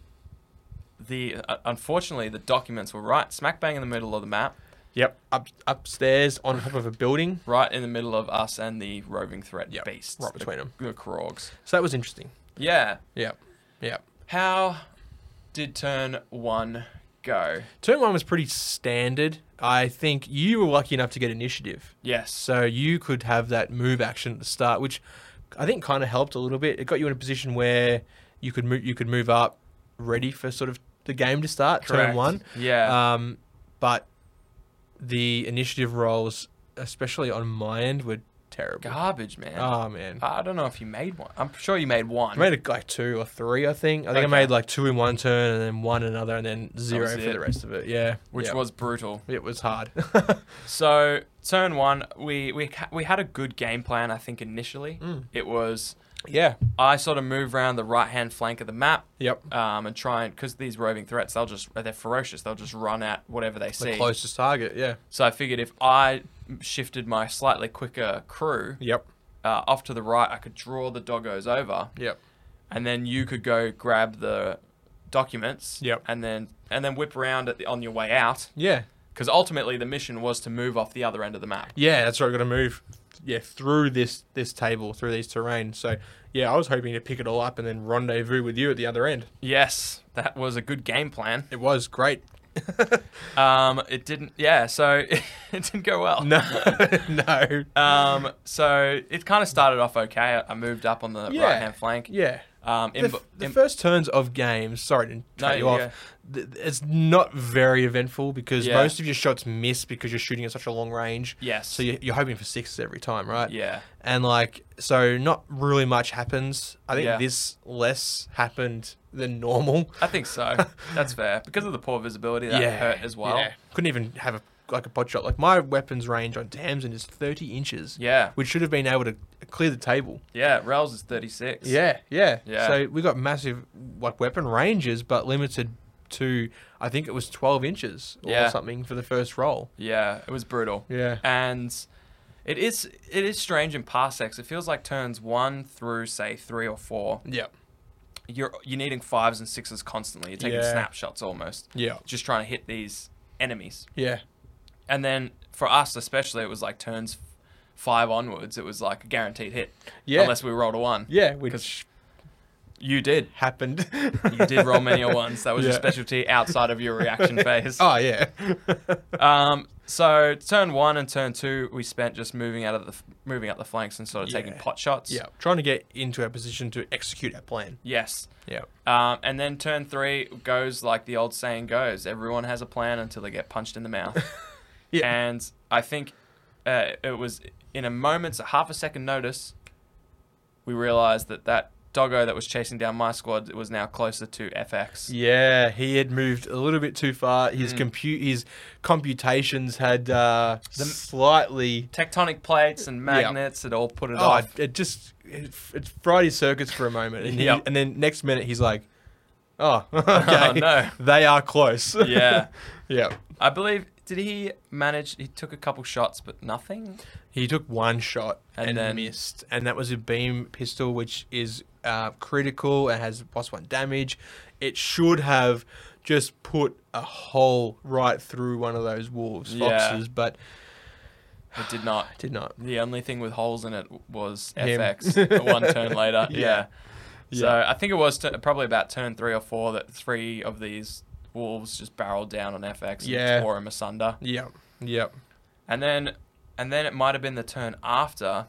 [SPEAKER 3] the uh, unfortunately the documents were right smack bang in the middle of the map,
[SPEAKER 2] Yep. Up upstairs on top of a building.
[SPEAKER 3] right in the middle of us and the roving threat
[SPEAKER 2] Yep,
[SPEAKER 3] beasts,
[SPEAKER 2] right
[SPEAKER 3] the-
[SPEAKER 2] between 'em.
[SPEAKER 3] the Krogs.
[SPEAKER 2] So that was interesting.
[SPEAKER 3] Yeah,
[SPEAKER 2] Yeah. Yeah.
[SPEAKER 3] how did turn one go?
[SPEAKER 2] Turn one was pretty standard. I think you were lucky enough to get initiative.
[SPEAKER 3] Yes,
[SPEAKER 2] So you could have that move action at the start, which I think kind of helped a little bit. It got you in a position where you could move, you could move up, ready for sort of the game to start, turn
[SPEAKER 3] Correct.
[SPEAKER 2] one.
[SPEAKER 3] Yeah.
[SPEAKER 2] Um, but the initiative rolls, especially on my end, were terrible.
[SPEAKER 3] garbage, man.
[SPEAKER 2] Oh man,
[SPEAKER 3] I don't know if you made one. I'm sure you made one.
[SPEAKER 2] I made it like two or three, I think. I think
[SPEAKER 3] Okay.
[SPEAKER 2] I made like two in one turn, and then one another, and then zero
[SPEAKER 3] was
[SPEAKER 2] for
[SPEAKER 3] it.
[SPEAKER 2] the rest of it. Yeah,
[SPEAKER 3] which
[SPEAKER 2] Yeah.
[SPEAKER 3] was brutal.
[SPEAKER 2] it was hard.
[SPEAKER 3] So turn one, we we ca- we had a good game plan. I think initially
[SPEAKER 2] Mm.
[SPEAKER 3] it was
[SPEAKER 2] yeah.
[SPEAKER 3] I sort of move around the right hand flank of the map,
[SPEAKER 2] Yep. Uh,
[SPEAKER 3] um, and try and because these roving threats they'll just they're ferocious. They'll just run at whatever they
[SPEAKER 2] The
[SPEAKER 3] see.
[SPEAKER 2] closest target. Yeah.
[SPEAKER 3] So I figured if I shifted my slightly quicker crew
[SPEAKER 2] Yep.
[SPEAKER 3] uh, off to the right, I could draw the doggos over,
[SPEAKER 2] Yep.
[SPEAKER 3] and then you could go grab the documents,
[SPEAKER 2] Yep.
[SPEAKER 3] and then and then whip around at the, on your way out
[SPEAKER 2] Yeah.
[SPEAKER 3] because ultimately the mission was to move off the other end of the map.
[SPEAKER 2] Yeah, that's right. Got to move. Yeah, through this this table, through these terrain. So yeah, I was hoping to pick it all up and then rendezvous with you at the other end.
[SPEAKER 3] Yes, that was a good game plan.
[SPEAKER 2] It was great.
[SPEAKER 3] Um, it didn't. Yeah, so it didn't go well.
[SPEAKER 2] No, no. Uh,
[SPEAKER 3] Um, so it kind of started off okay. I- I moved up on the
[SPEAKER 2] Yeah.
[SPEAKER 3] right hand flank.
[SPEAKER 2] yeah.
[SPEAKER 3] Um, in,
[SPEAKER 2] The, f- the first turns of games, sorry to cut
[SPEAKER 3] No,
[SPEAKER 2] you off,
[SPEAKER 3] yeah.
[SPEAKER 2] th- it's not very eventful because
[SPEAKER 3] Yeah.
[SPEAKER 2] most of your shots miss because you're shooting at such a long range.
[SPEAKER 3] Yes.
[SPEAKER 2] So you- you're hoping for sixes every time, right?
[SPEAKER 3] yeah,
[SPEAKER 2] and like so not really much happens i think
[SPEAKER 3] Yeah.
[SPEAKER 2] this less happened than normal
[SPEAKER 3] I think so. That's fair because of the poor visibility that hurt as well.
[SPEAKER 2] yeah. couldn't even have a like a pot shot like my weapons range on damson is 30 inches
[SPEAKER 3] Yeah.
[SPEAKER 2] which should have been able to clear the table
[SPEAKER 3] Yeah, Rails is thirty six.
[SPEAKER 2] yeah yeah
[SPEAKER 3] Yeah.
[SPEAKER 2] so we got massive like weapon ranges but limited to i think it was 12 inches or
[SPEAKER 3] Yeah.
[SPEAKER 2] something for the first roll
[SPEAKER 3] yeah, it was brutal.
[SPEAKER 2] Yeah.
[SPEAKER 3] and it is it is strange in parsecs. It feels like turns one through say three or four.
[SPEAKER 2] yeah
[SPEAKER 3] You're you're needing fives and sixes constantly. You're taking
[SPEAKER 2] Yeah.
[SPEAKER 3] snapshots almost.
[SPEAKER 2] yeah
[SPEAKER 3] just trying to hit these enemies.
[SPEAKER 2] yeah
[SPEAKER 3] And then for us, especially, it was like turns f- five onwards. It was like a guaranteed hit.
[SPEAKER 2] Yeah.
[SPEAKER 3] Unless we rolled a one.
[SPEAKER 2] yeah
[SPEAKER 3] 'Cause
[SPEAKER 2] which
[SPEAKER 3] You did.
[SPEAKER 2] happened
[SPEAKER 3] You did roll many a ones. That was your
[SPEAKER 2] Yeah.
[SPEAKER 3] specialty outside of your reaction phase.
[SPEAKER 2] oh yeah
[SPEAKER 3] Um, so turn one and turn two, we spent just moving out of the f- moving up the flanks and sort of taking
[SPEAKER 2] Yeah.
[SPEAKER 3] pot shots.
[SPEAKER 2] yeah trying to get into a position to execute our plan
[SPEAKER 3] Yes.
[SPEAKER 2] yeah
[SPEAKER 3] Um, and then turn three goes like the old saying goes: everyone has a plan until they get punched in the mouth.
[SPEAKER 2] Yeah.
[SPEAKER 3] And I think uh, it was in a moment's a half a second notice, we realized that that Doggo that was chasing down my squad was now closer to FX.
[SPEAKER 2] Yeah, he had moved a little bit too far. His
[SPEAKER 3] Mm.
[SPEAKER 2] compute, his computations had uh, slightly.
[SPEAKER 3] Tectonic plates and magnets had all put it
[SPEAKER 2] Oh,
[SPEAKER 3] off.
[SPEAKER 2] it, it just it, it fried his circuits for a moment, and, he,
[SPEAKER 3] Yep.
[SPEAKER 2] and then next minute he's like, "Oh, okay,
[SPEAKER 3] no.
[SPEAKER 2] they are close."
[SPEAKER 3] yeah.
[SPEAKER 2] yeah.
[SPEAKER 3] I believe did he manage he took a couple shots but nothing?
[SPEAKER 2] He took one shot
[SPEAKER 3] And
[SPEAKER 2] and,
[SPEAKER 3] then-
[SPEAKER 2] missed, and that was a beam pistol, which is uh, critical and has plus one damage. It should have just put a hole right through one of those wolves
[SPEAKER 3] Yeah.
[SPEAKER 2] foxes, but
[SPEAKER 3] It did not.
[SPEAKER 2] did not.
[SPEAKER 3] The only thing with holes in it was
[SPEAKER 2] Him.
[SPEAKER 3] FX the one turn later. Yeah.
[SPEAKER 2] Yeah.
[SPEAKER 3] So
[SPEAKER 2] Yeah.
[SPEAKER 3] I think it was t- probably about turn three or four that three of these wolves just barreled down on FX and
[SPEAKER 2] Yeah.
[SPEAKER 3] tore him asunder.
[SPEAKER 2] Yep. Yep.
[SPEAKER 3] And then and then it might have been the turn after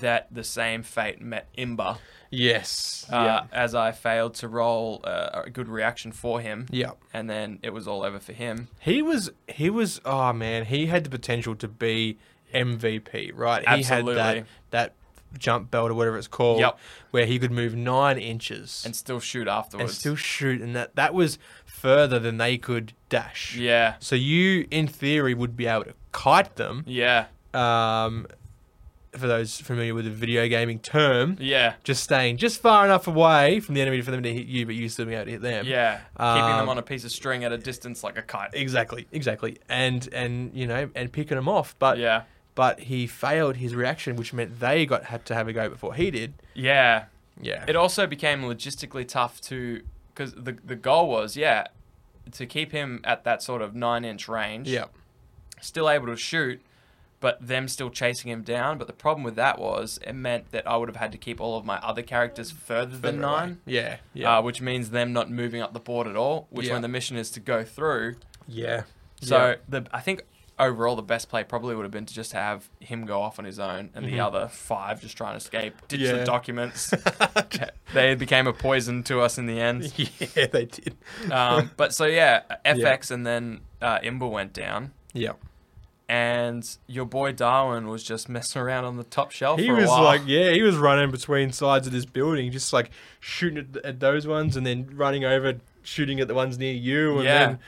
[SPEAKER 3] that the same fate met Imba
[SPEAKER 2] Yes.
[SPEAKER 3] uh, as I failed to roll uh, a good reaction for him.
[SPEAKER 2] yeah. Yep.
[SPEAKER 3] And then it was all over for him.
[SPEAKER 2] He was. He was. Oh man, he had the potential to be MVP. Right. He had
[SPEAKER 3] Absolutely.
[SPEAKER 2] that that jump belt or whatever it's called,
[SPEAKER 3] Yep.
[SPEAKER 2] where he could move nine inches
[SPEAKER 3] and still shoot afterwards.
[SPEAKER 2] and still shoot, and that that was further than they could dash.
[SPEAKER 3] yeah,
[SPEAKER 2] So you, in theory, would be able to kite them.
[SPEAKER 3] yeah,
[SPEAKER 2] Um, for those familiar with the video gaming term,
[SPEAKER 3] yeah,
[SPEAKER 2] just staying just far enough away from the enemy for them to hit you, but you still being able to hit them.
[SPEAKER 3] yeah. Keeping them
[SPEAKER 2] Um,
[SPEAKER 3] on a piece of string at a distance like a kite.
[SPEAKER 2] Exactly. Exactly. And and you know and picking them off, but
[SPEAKER 3] Yeah,
[SPEAKER 2] but he failed his reaction, which meant they got had to have a go before he did.
[SPEAKER 3] yeah.
[SPEAKER 2] Yeah.
[SPEAKER 3] It also became logistically tough to because the the goal was yeah to keep him at that sort of nine inch range.
[SPEAKER 2] yeah.
[SPEAKER 3] still able to shoot. But them still chasing him down. But the problem with that was it meant that I would have had to keep all of my other characters further, than
[SPEAKER 2] Further away.
[SPEAKER 3] nine,
[SPEAKER 2] Yeah. Um, Yeah.
[SPEAKER 3] uh, which means them not moving up the board at all. Which,
[SPEAKER 2] Yeah.
[SPEAKER 3] when the mission is to go through,
[SPEAKER 2] yeah.
[SPEAKER 3] So the I think overall the best play probably would have been to just have him go off on his own and the other five just try and escape, ditch the
[SPEAKER 2] Mm-hmm. Yeah.
[SPEAKER 3] documents. they became a poison to us in the end.
[SPEAKER 2] yeah, they did.
[SPEAKER 3] Um, but so yeah, FX and then uh, Imba went down.
[SPEAKER 2] Yeah.
[SPEAKER 3] And your boy Darwin was just messing around on the top shelf.
[SPEAKER 2] He
[SPEAKER 3] for a
[SPEAKER 2] was
[SPEAKER 3] while.
[SPEAKER 2] like, yeah, he was running between sides of this building, just like shooting at, th- at those ones and then running over, shooting at the ones near you. And
[SPEAKER 3] Yeah.
[SPEAKER 2] then,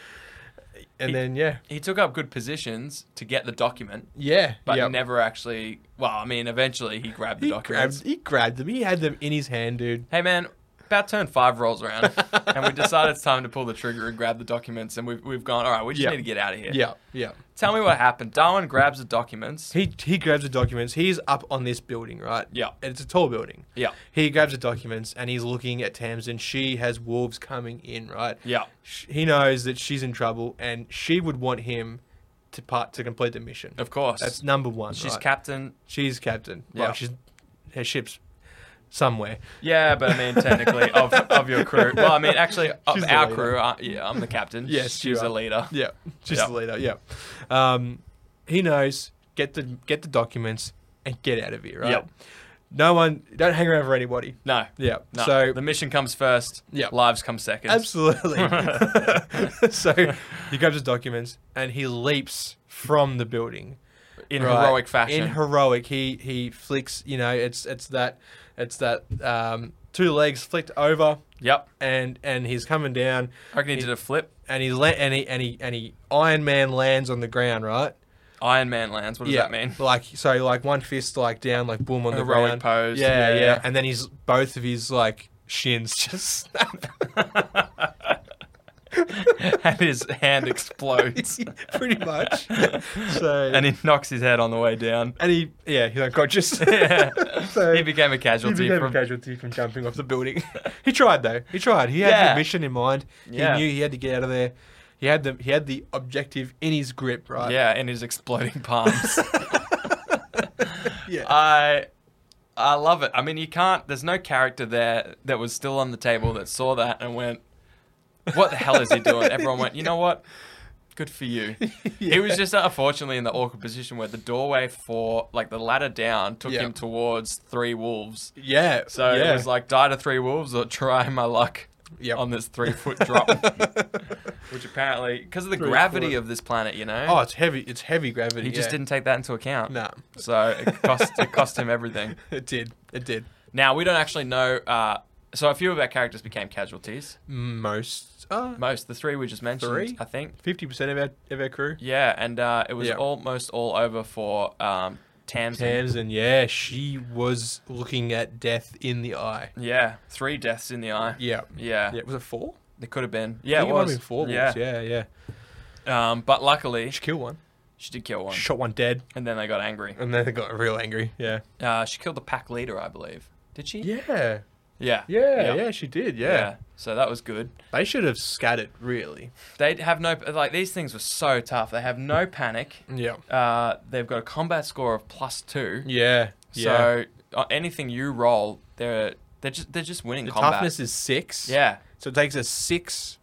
[SPEAKER 2] and
[SPEAKER 3] He-
[SPEAKER 2] then, yeah.
[SPEAKER 3] he took up good positions to get the document,
[SPEAKER 2] Yeah.
[SPEAKER 3] but
[SPEAKER 2] yep.
[SPEAKER 3] never actually. Well, I mean, eventually he grabbed the
[SPEAKER 2] He
[SPEAKER 3] documents.
[SPEAKER 2] grabbed, he grabbed them. He had them in his hand, dude.
[SPEAKER 3] hey man, about turn five rolls around, and we decide it's time to pull the trigger and grab the documents, and we've, we've gone, all right, we just
[SPEAKER 2] Yeah.
[SPEAKER 3] need to get out of here.
[SPEAKER 2] Yeah. Yeah.
[SPEAKER 3] Tell me what happened. Darwin grabs the documents.
[SPEAKER 2] He, he grabs the documents. He's up on this building, right?
[SPEAKER 3] Yeah.
[SPEAKER 2] And it's a tall building.
[SPEAKER 3] Yeah.
[SPEAKER 2] He grabs the documents and he's looking at Tamsin. She has wolves coming in, right?
[SPEAKER 3] Yeah.
[SPEAKER 2] Sh- He knows that she's in trouble and she would want him to part to complete the mission.
[SPEAKER 3] Of course.
[SPEAKER 2] That's number one.
[SPEAKER 3] She's
[SPEAKER 2] right?
[SPEAKER 3] captain.
[SPEAKER 2] She's captain.
[SPEAKER 3] Yeah.
[SPEAKER 2] Well, she's her ship's somewhere.
[SPEAKER 3] Yeah, but I mean, technically, of, of your crew. Well, I mean, actually, of
[SPEAKER 2] She's the
[SPEAKER 3] our
[SPEAKER 2] leader.
[SPEAKER 3] crew, uh, yeah, I'm the captain.
[SPEAKER 2] Yes, you
[SPEAKER 3] she's the
[SPEAKER 2] are.
[SPEAKER 3] leader.
[SPEAKER 2] Yeah, she's
[SPEAKER 3] Yeah.
[SPEAKER 2] the leader. Yeah, um, he knows. Get the get the documents and get out of here. Right.
[SPEAKER 3] Yep.
[SPEAKER 2] No one. Don't hang around for anybody.
[SPEAKER 3] No.
[SPEAKER 2] Yeah.
[SPEAKER 3] No.
[SPEAKER 2] So
[SPEAKER 3] the mission comes first.
[SPEAKER 2] Yeah.
[SPEAKER 3] Lives come second.
[SPEAKER 2] absolutely. so he grabs his documents and he leaps from the building.
[SPEAKER 3] In
[SPEAKER 2] Right.
[SPEAKER 3] heroic fashion.
[SPEAKER 2] In heroic, he he flicks. You know, it's it's that it's that um, two legs flicked over,
[SPEAKER 3] yep.
[SPEAKER 2] and and he's coming down,
[SPEAKER 3] I reckon he did a flip.
[SPEAKER 2] and he la- and he and he and he Iron Man lands on the ground, right?
[SPEAKER 3] Iron Man lands. What does that mean?
[SPEAKER 2] Like so, like one fist like down, like boom on the
[SPEAKER 3] Heroic
[SPEAKER 2] ground.
[SPEAKER 3] pose,
[SPEAKER 2] Yeah,
[SPEAKER 3] yeah,
[SPEAKER 2] yeah,
[SPEAKER 3] yeah.
[SPEAKER 2] And then he's both of his like shins just snap.
[SPEAKER 3] and his hand explodes.
[SPEAKER 2] pretty much. so
[SPEAKER 3] and he knocks his head on the way down.
[SPEAKER 2] and he yeah he's unconscious. so
[SPEAKER 3] he became a casualty.
[SPEAKER 2] became a
[SPEAKER 3] from,
[SPEAKER 2] casualty from jumping off the building. he tried though. He tried. He had
[SPEAKER 3] Yeah.
[SPEAKER 2] the mission in mind.
[SPEAKER 3] Yeah.
[SPEAKER 2] He knew he had to get out of there. He had the he had the objective in his grip, right?
[SPEAKER 3] Yeah, in his exploding palms.
[SPEAKER 2] Yeah.
[SPEAKER 3] I I love it. I mean, you can't. There's no character there that was still on the table that saw that and went, "What the hell is he doing?" Everyone went, "You know what? Good for you." He was just uh, unfortunately in the awkward position where the doorway for like the ladder down took
[SPEAKER 2] Yeah.
[SPEAKER 3] him towards three wolves.
[SPEAKER 2] yeah.
[SPEAKER 3] So
[SPEAKER 2] yeah.
[SPEAKER 3] it was like die to three wolves or try my luck
[SPEAKER 2] Yep.
[SPEAKER 3] on this three foot drop. Which apparently, because of the
[SPEAKER 2] Three
[SPEAKER 3] gravity
[SPEAKER 2] foot.
[SPEAKER 3] of this planet, you know,
[SPEAKER 2] oh, it's heavy. It's heavy gravity.
[SPEAKER 3] he just
[SPEAKER 2] yeah.
[SPEAKER 3] didn't take that into account.
[SPEAKER 2] No,
[SPEAKER 3] So it cost it cost him everything.
[SPEAKER 2] it did. It did.
[SPEAKER 3] Now we don't actually know. Uh, so a few of our characters became casualties.
[SPEAKER 2] Most. Uh,
[SPEAKER 3] Most the three we just mentioned,
[SPEAKER 2] Three?
[SPEAKER 3] I think.
[SPEAKER 2] 50% of our, of our crew.
[SPEAKER 3] Yeah, and uh, it was
[SPEAKER 2] Yeah.
[SPEAKER 3] almost all over for um, Tamsin.
[SPEAKER 2] Tamsin, yeah, she was looking at death in the eye.
[SPEAKER 3] Yeah, three deaths in the eye.
[SPEAKER 2] Yeah.
[SPEAKER 3] Yeah,
[SPEAKER 2] Yeah, was it four?
[SPEAKER 3] it could have been.
[SPEAKER 2] I
[SPEAKER 3] Yeah, it
[SPEAKER 2] think it might have
[SPEAKER 3] was
[SPEAKER 2] been four
[SPEAKER 3] Yeah,
[SPEAKER 2] wolves. Yeah, yeah.
[SPEAKER 3] Um, but luckily
[SPEAKER 2] She killed one.
[SPEAKER 3] she did kill one,
[SPEAKER 2] Shot one dead,
[SPEAKER 3] and then they got angry.
[SPEAKER 2] and then they got real angry. Yeah.
[SPEAKER 3] Uh, she killed the pack leader, I believe. Did she?
[SPEAKER 2] Yeah.
[SPEAKER 3] Yeah.
[SPEAKER 2] Yeah, yeah, she did. Yeah.
[SPEAKER 3] yeah. So that was good.
[SPEAKER 2] They should have scattered, really.
[SPEAKER 3] They have no like these things were so tough. They have no panic.
[SPEAKER 2] Yeah.
[SPEAKER 3] Uh, they've got a combat score of plus two.
[SPEAKER 2] Yeah.
[SPEAKER 3] So uh, anything you roll, they're they're just they're just winning
[SPEAKER 2] the
[SPEAKER 3] combat.
[SPEAKER 2] toughness is six.
[SPEAKER 3] yeah,
[SPEAKER 2] So it takes a six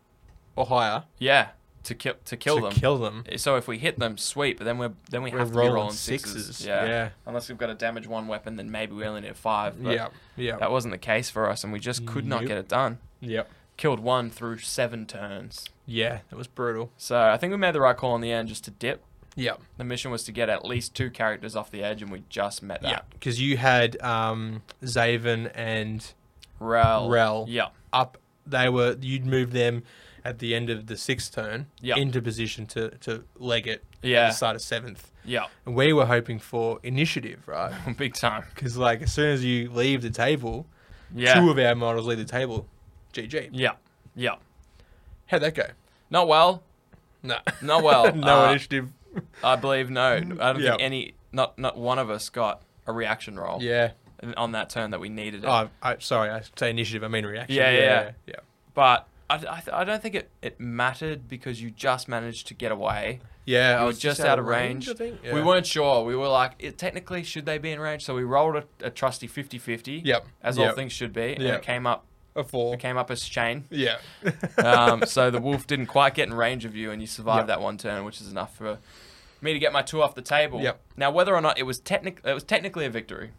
[SPEAKER 2] or higher
[SPEAKER 3] yeah, to kill to kill
[SPEAKER 2] to
[SPEAKER 3] them.
[SPEAKER 2] kill them.
[SPEAKER 3] So if we hit them, sweet. But then we're then we
[SPEAKER 2] We're
[SPEAKER 3] have to
[SPEAKER 2] rolling
[SPEAKER 3] be rolling
[SPEAKER 2] sixes,
[SPEAKER 3] sixes.
[SPEAKER 2] yeah.
[SPEAKER 3] Unless we've got to damage one weapon, then maybe we only need five. But
[SPEAKER 2] yeah. Yeah.
[SPEAKER 3] That wasn't the case for us, and we just could not
[SPEAKER 2] Nope.
[SPEAKER 3] get it done.
[SPEAKER 2] yeah.
[SPEAKER 3] Killed one through seven turns.
[SPEAKER 2] Yeah. That was brutal.
[SPEAKER 3] So I think we made the right call in the end, just to dip.
[SPEAKER 2] Yeah.
[SPEAKER 3] The mission was to get at least two characters off the edge, and we just met
[SPEAKER 2] Yeah.
[SPEAKER 3] that.
[SPEAKER 2] Because you had um, Zaven and
[SPEAKER 3] Rel.
[SPEAKER 2] Rel.
[SPEAKER 3] Yeah.
[SPEAKER 2] up. They were you'd move them at the end of the sixth turn
[SPEAKER 3] Yeah.
[SPEAKER 2] into position to to leg it.
[SPEAKER 3] Yeah.
[SPEAKER 2] At the start of seventh.
[SPEAKER 3] Yeah.
[SPEAKER 2] And we were hoping for initiative, right?
[SPEAKER 3] Big time.
[SPEAKER 2] Because like as soon as you leave the table,
[SPEAKER 3] Yeah.
[SPEAKER 2] two of our models leave the table. GG.
[SPEAKER 3] Yeah. Yeah.
[SPEAKER 2] How'd that go?
[SPEAKER 3] Not well.
[SPEAKER 2] No.
[SPEAKER 3] Not well.
[SPEAKER 2] no
[SPEAKER 3] Uh,
[SPEAKER 2] initiative.
[SPEAKER 3] I believe no. I don't
[SPEAKER 2] Yeah.
[SPEAKER 3] think any. Not not one of us got a reaction roll
[SPEAKER 2] Yeah.
[SPEAKER 3] on that turn that we needed it.
[SPEAKER 2] Oh, I, sorry. I say initiative. I mean reaction.
[SPEAKER 3] Yeah, yeah,
[SPEAKER 2] Yeah.
[SPEAKER 3] yeah. But I, I, th- I don't think it, it mattered because you just managed to get away.
[SPEAKER 2] Yeah,
[SPEAKER 3] You
[SPEAKER 2] I
[SPEAKER 3] were
[SPEAKER 2] was
[SPEAKER 3] just out of range.
[SPEAKER 2] I think.
[SPEAKER 3] We
[SPEAKER 2] Yeah.
[SPEAKER 3] weren't sure. We were like, it, technically, should they be in range? So we rolled a, a trusty 50 50,
[SPEAKER 2] Yep.
[SPEAKER 3] as all
[SPEAKER 2] Yep.
[SPEAKER 3] things should be. And
[SPEAKER 2] Yep.
[SPEAKER 3] it came up,
[SPEAKER 2] a four.
[SPEAKER 3] it came up as Shane.
[SPEAKER 2] Yeah.
[SPEAKER 3] Um, so the wolf didn't quite get in range of you, and you
[SPEAKER 2] Yep.
[SPEAKER 3] survived that one turn, which is enough for me to get my two off the table.
[SPEAKER 2] Yep.
[SPEAKER 3] Now, whether or not it was technic- it was technically a victory,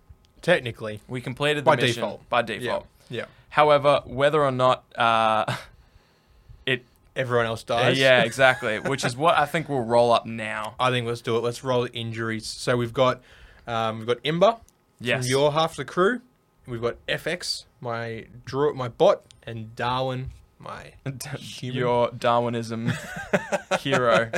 [SPEAKER 2] Technically,
[SPEAKER 3] we completed the
[SPEAKER 2] by
[SPEAKER 3] mission
[SPEAKER 2] default.
[SPEAKER 3] by default.
[SPEAKER 2] Yeah. yeah.
[SPEAKER 3] However, whether or not uh, it
[SPEAKER 2] Everyone else
[SPEAKER 3] Uh,
[SPEAKER 2] dies.
[SPEAKER 3] yeah, exactly. Which is what I think will roll up now.
[SPEAKER 2] I think let's do it. Let's roll injuries. So we've got um, we've got Imber
[SPEAKER 3] Yes.
[SPEAKER 2] from your half of the crew. We've got FX, my draw, my bot, and Darwin, my human.
[SPEAKER 3] Your Darwinism hero.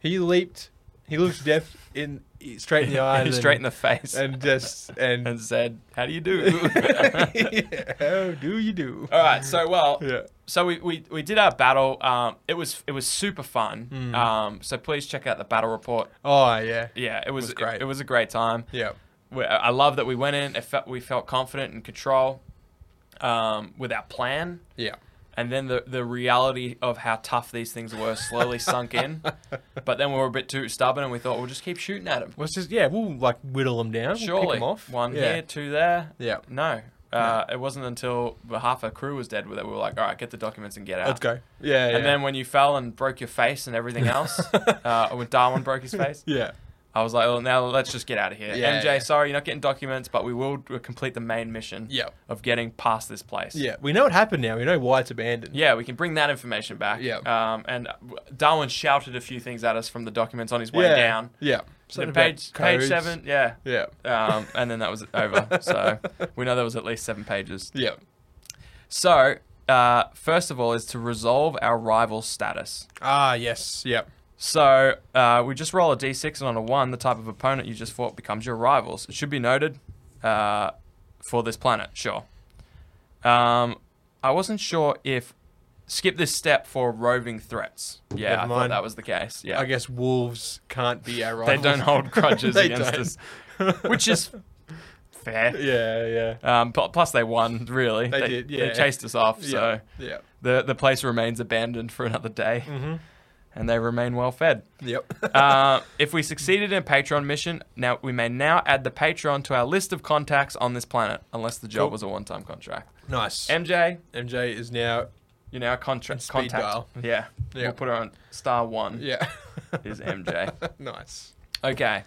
[SPEAKER 2] he leaped. He looked death in straight in the eye, and,
[SPEAKER 3] Straight in the face. And,
[SPEAKER 2] and just and,
[SPEAKER 3] said, How do you do?
[SPEAKER 2] Yeah, how Oh, do you do?
[SPEAKER 3] All right, so well,
[SPEAKER 2] Yeah.
[SPEAKER 3] so we, we, we did our battle. Um, it was it was super fun.
[SPEAKER 2] Mm.
[SPEAKER 3] Um, so please check out the battle report.
[SPEAKER 2] Oh yeah,
[SPEAKER 3] Yeah, it was,
[SPEAKER 2] was great.
[SPEAKER 3] It, was a great time.
[SPEAKER 2] yeah,
[SPEAKER 3] We, I love that we went in. It felt, we felt confident and control um, with our plan.
[SPEAKER 2] yeah.
[SPEAKER 3] and then the the reality of how tough these things were slowly sunk in. But then we were a bit too stubborn, and we thought we'll just keep shooting at them.
[SPEAKER 2] Let's just yeah, we'll like whittle them down. We'll pick
[SPEAKER 3] Surely,
[SPEAKER 2] 'em off.
[SPEAKER 3] one
[SPEAKER 2] yeah.
[SPEAKER 3] here, two there.
[SPEAKER 2] Yeah.
[SPEAKER 3] No, uh, it wasn't until the half our crew was dead that we were like, all right, get the documents and get out.
[SPEAKER 2] Let's go. Yeah, yeah.
[SPEAKER 3] And then when you fell and broke your face and everything else, uh, when Darwin broke his face,
[SPEAKER 2] yeah,
[SPEAKER 3] I was like, well, now let's just get out of here.
[SPEAKER 2] Yeah,
[SPEAKER 3] MJ,
[SPEAKER 2] yeah.
[SPEAKER 3] sorry, you're not getting documents, but we will uh, complete the main mission
[SPEAKER 2] Yeah.
[SPEAKER 3] of getting past this place.
[SPEAKER 2] yeah. We know what happened now. We know why it's abandoned.
[SPEAKER 3] Yeah, we can bring that information back.
[SPEAKER 2] Yeah.
[SPEAKER 3] Um, and Darwin shouted a few things at us from the documents on his way down.
[SPEAKER 2] Yeah.
[SPEAKER 3] So page page seven, yeah.
[SPEAKER 2] Yeah.
[SPEAKER 3] Um, and then that was over. So we know there was at least seven pages.
[SPEAKER 2] Yeah.
[SPEAKER 3] So uh, first of all is to resolve our rival status.
[SPEAKER 2] Ah, yes. Yeah.
[SPEAKER 3] So uh, we just roll a d6, and on a one, the type of opponent you just fought becomes your rivals. It should be noted uh, for this planet, sure. Um, I wasn't sure if skip this step for roving threats. Yeah,
[SPEAKER 2] Never
[SPEAKER 3] I thought
[SPEAKER 2] mind.
[SPEAKER 3] that was the case. Yeah,
[SPEAKER 2] I guess wolves can't be our
[SPEAKER 3] they
[SPEAKER 2] rivals.
[SPEAKER 3] don't hold grudges
[SPEAKER 2] They
[SPEAKER 3] against
[SPEAKER 2] don't.
[SPEAKER 3] us, which is fair.
[SPEAKER 2] Yeah, yeah.
[SPEAKER 3] Um, pl- plus, they won. Really,
[SPEAKER 2] They did, yeah.
[SPEAKER 3] They chased us off,
[SPEAKER 2] Yeah.
[SPEAKER 3] so
[SPEAKER 2] Yeah.
[SPEAKER 3] the the place remains abandoned for another day,
[SPEAKER 2] Mm-hmm.
[SPEAKER 3] and they remain well fed.
[SPEAKER 2] Yep.
[SPEAKER 3] Uh, if we succeeded in a Patreon mission, now we may now add the Patreon to our list of contacts on this planet, unless the job
[SPEAKER 2] Cool.
[SPEAKER 3] was a one-time contract.
[SPEAKER 2] nice.
[SPEAKER 3] MJ,
[SPEAKER 2] MJ is now.
[SPEAKER 3] you know our contract
[SPEAKER 2] Speed
[SPEAKER 3] contact.
[SPEAKER 2] dial.
[SPEAKER 3] Yeah.
[SPEAKER 2] Yeah.
[SPEAKER 3] we'll put her on star one.
[SPEAKER 2] Yeah.
[SPEAKER 3] is MJ.
[SPEAKER 2] nice.
[SPEAKER 3] Okay,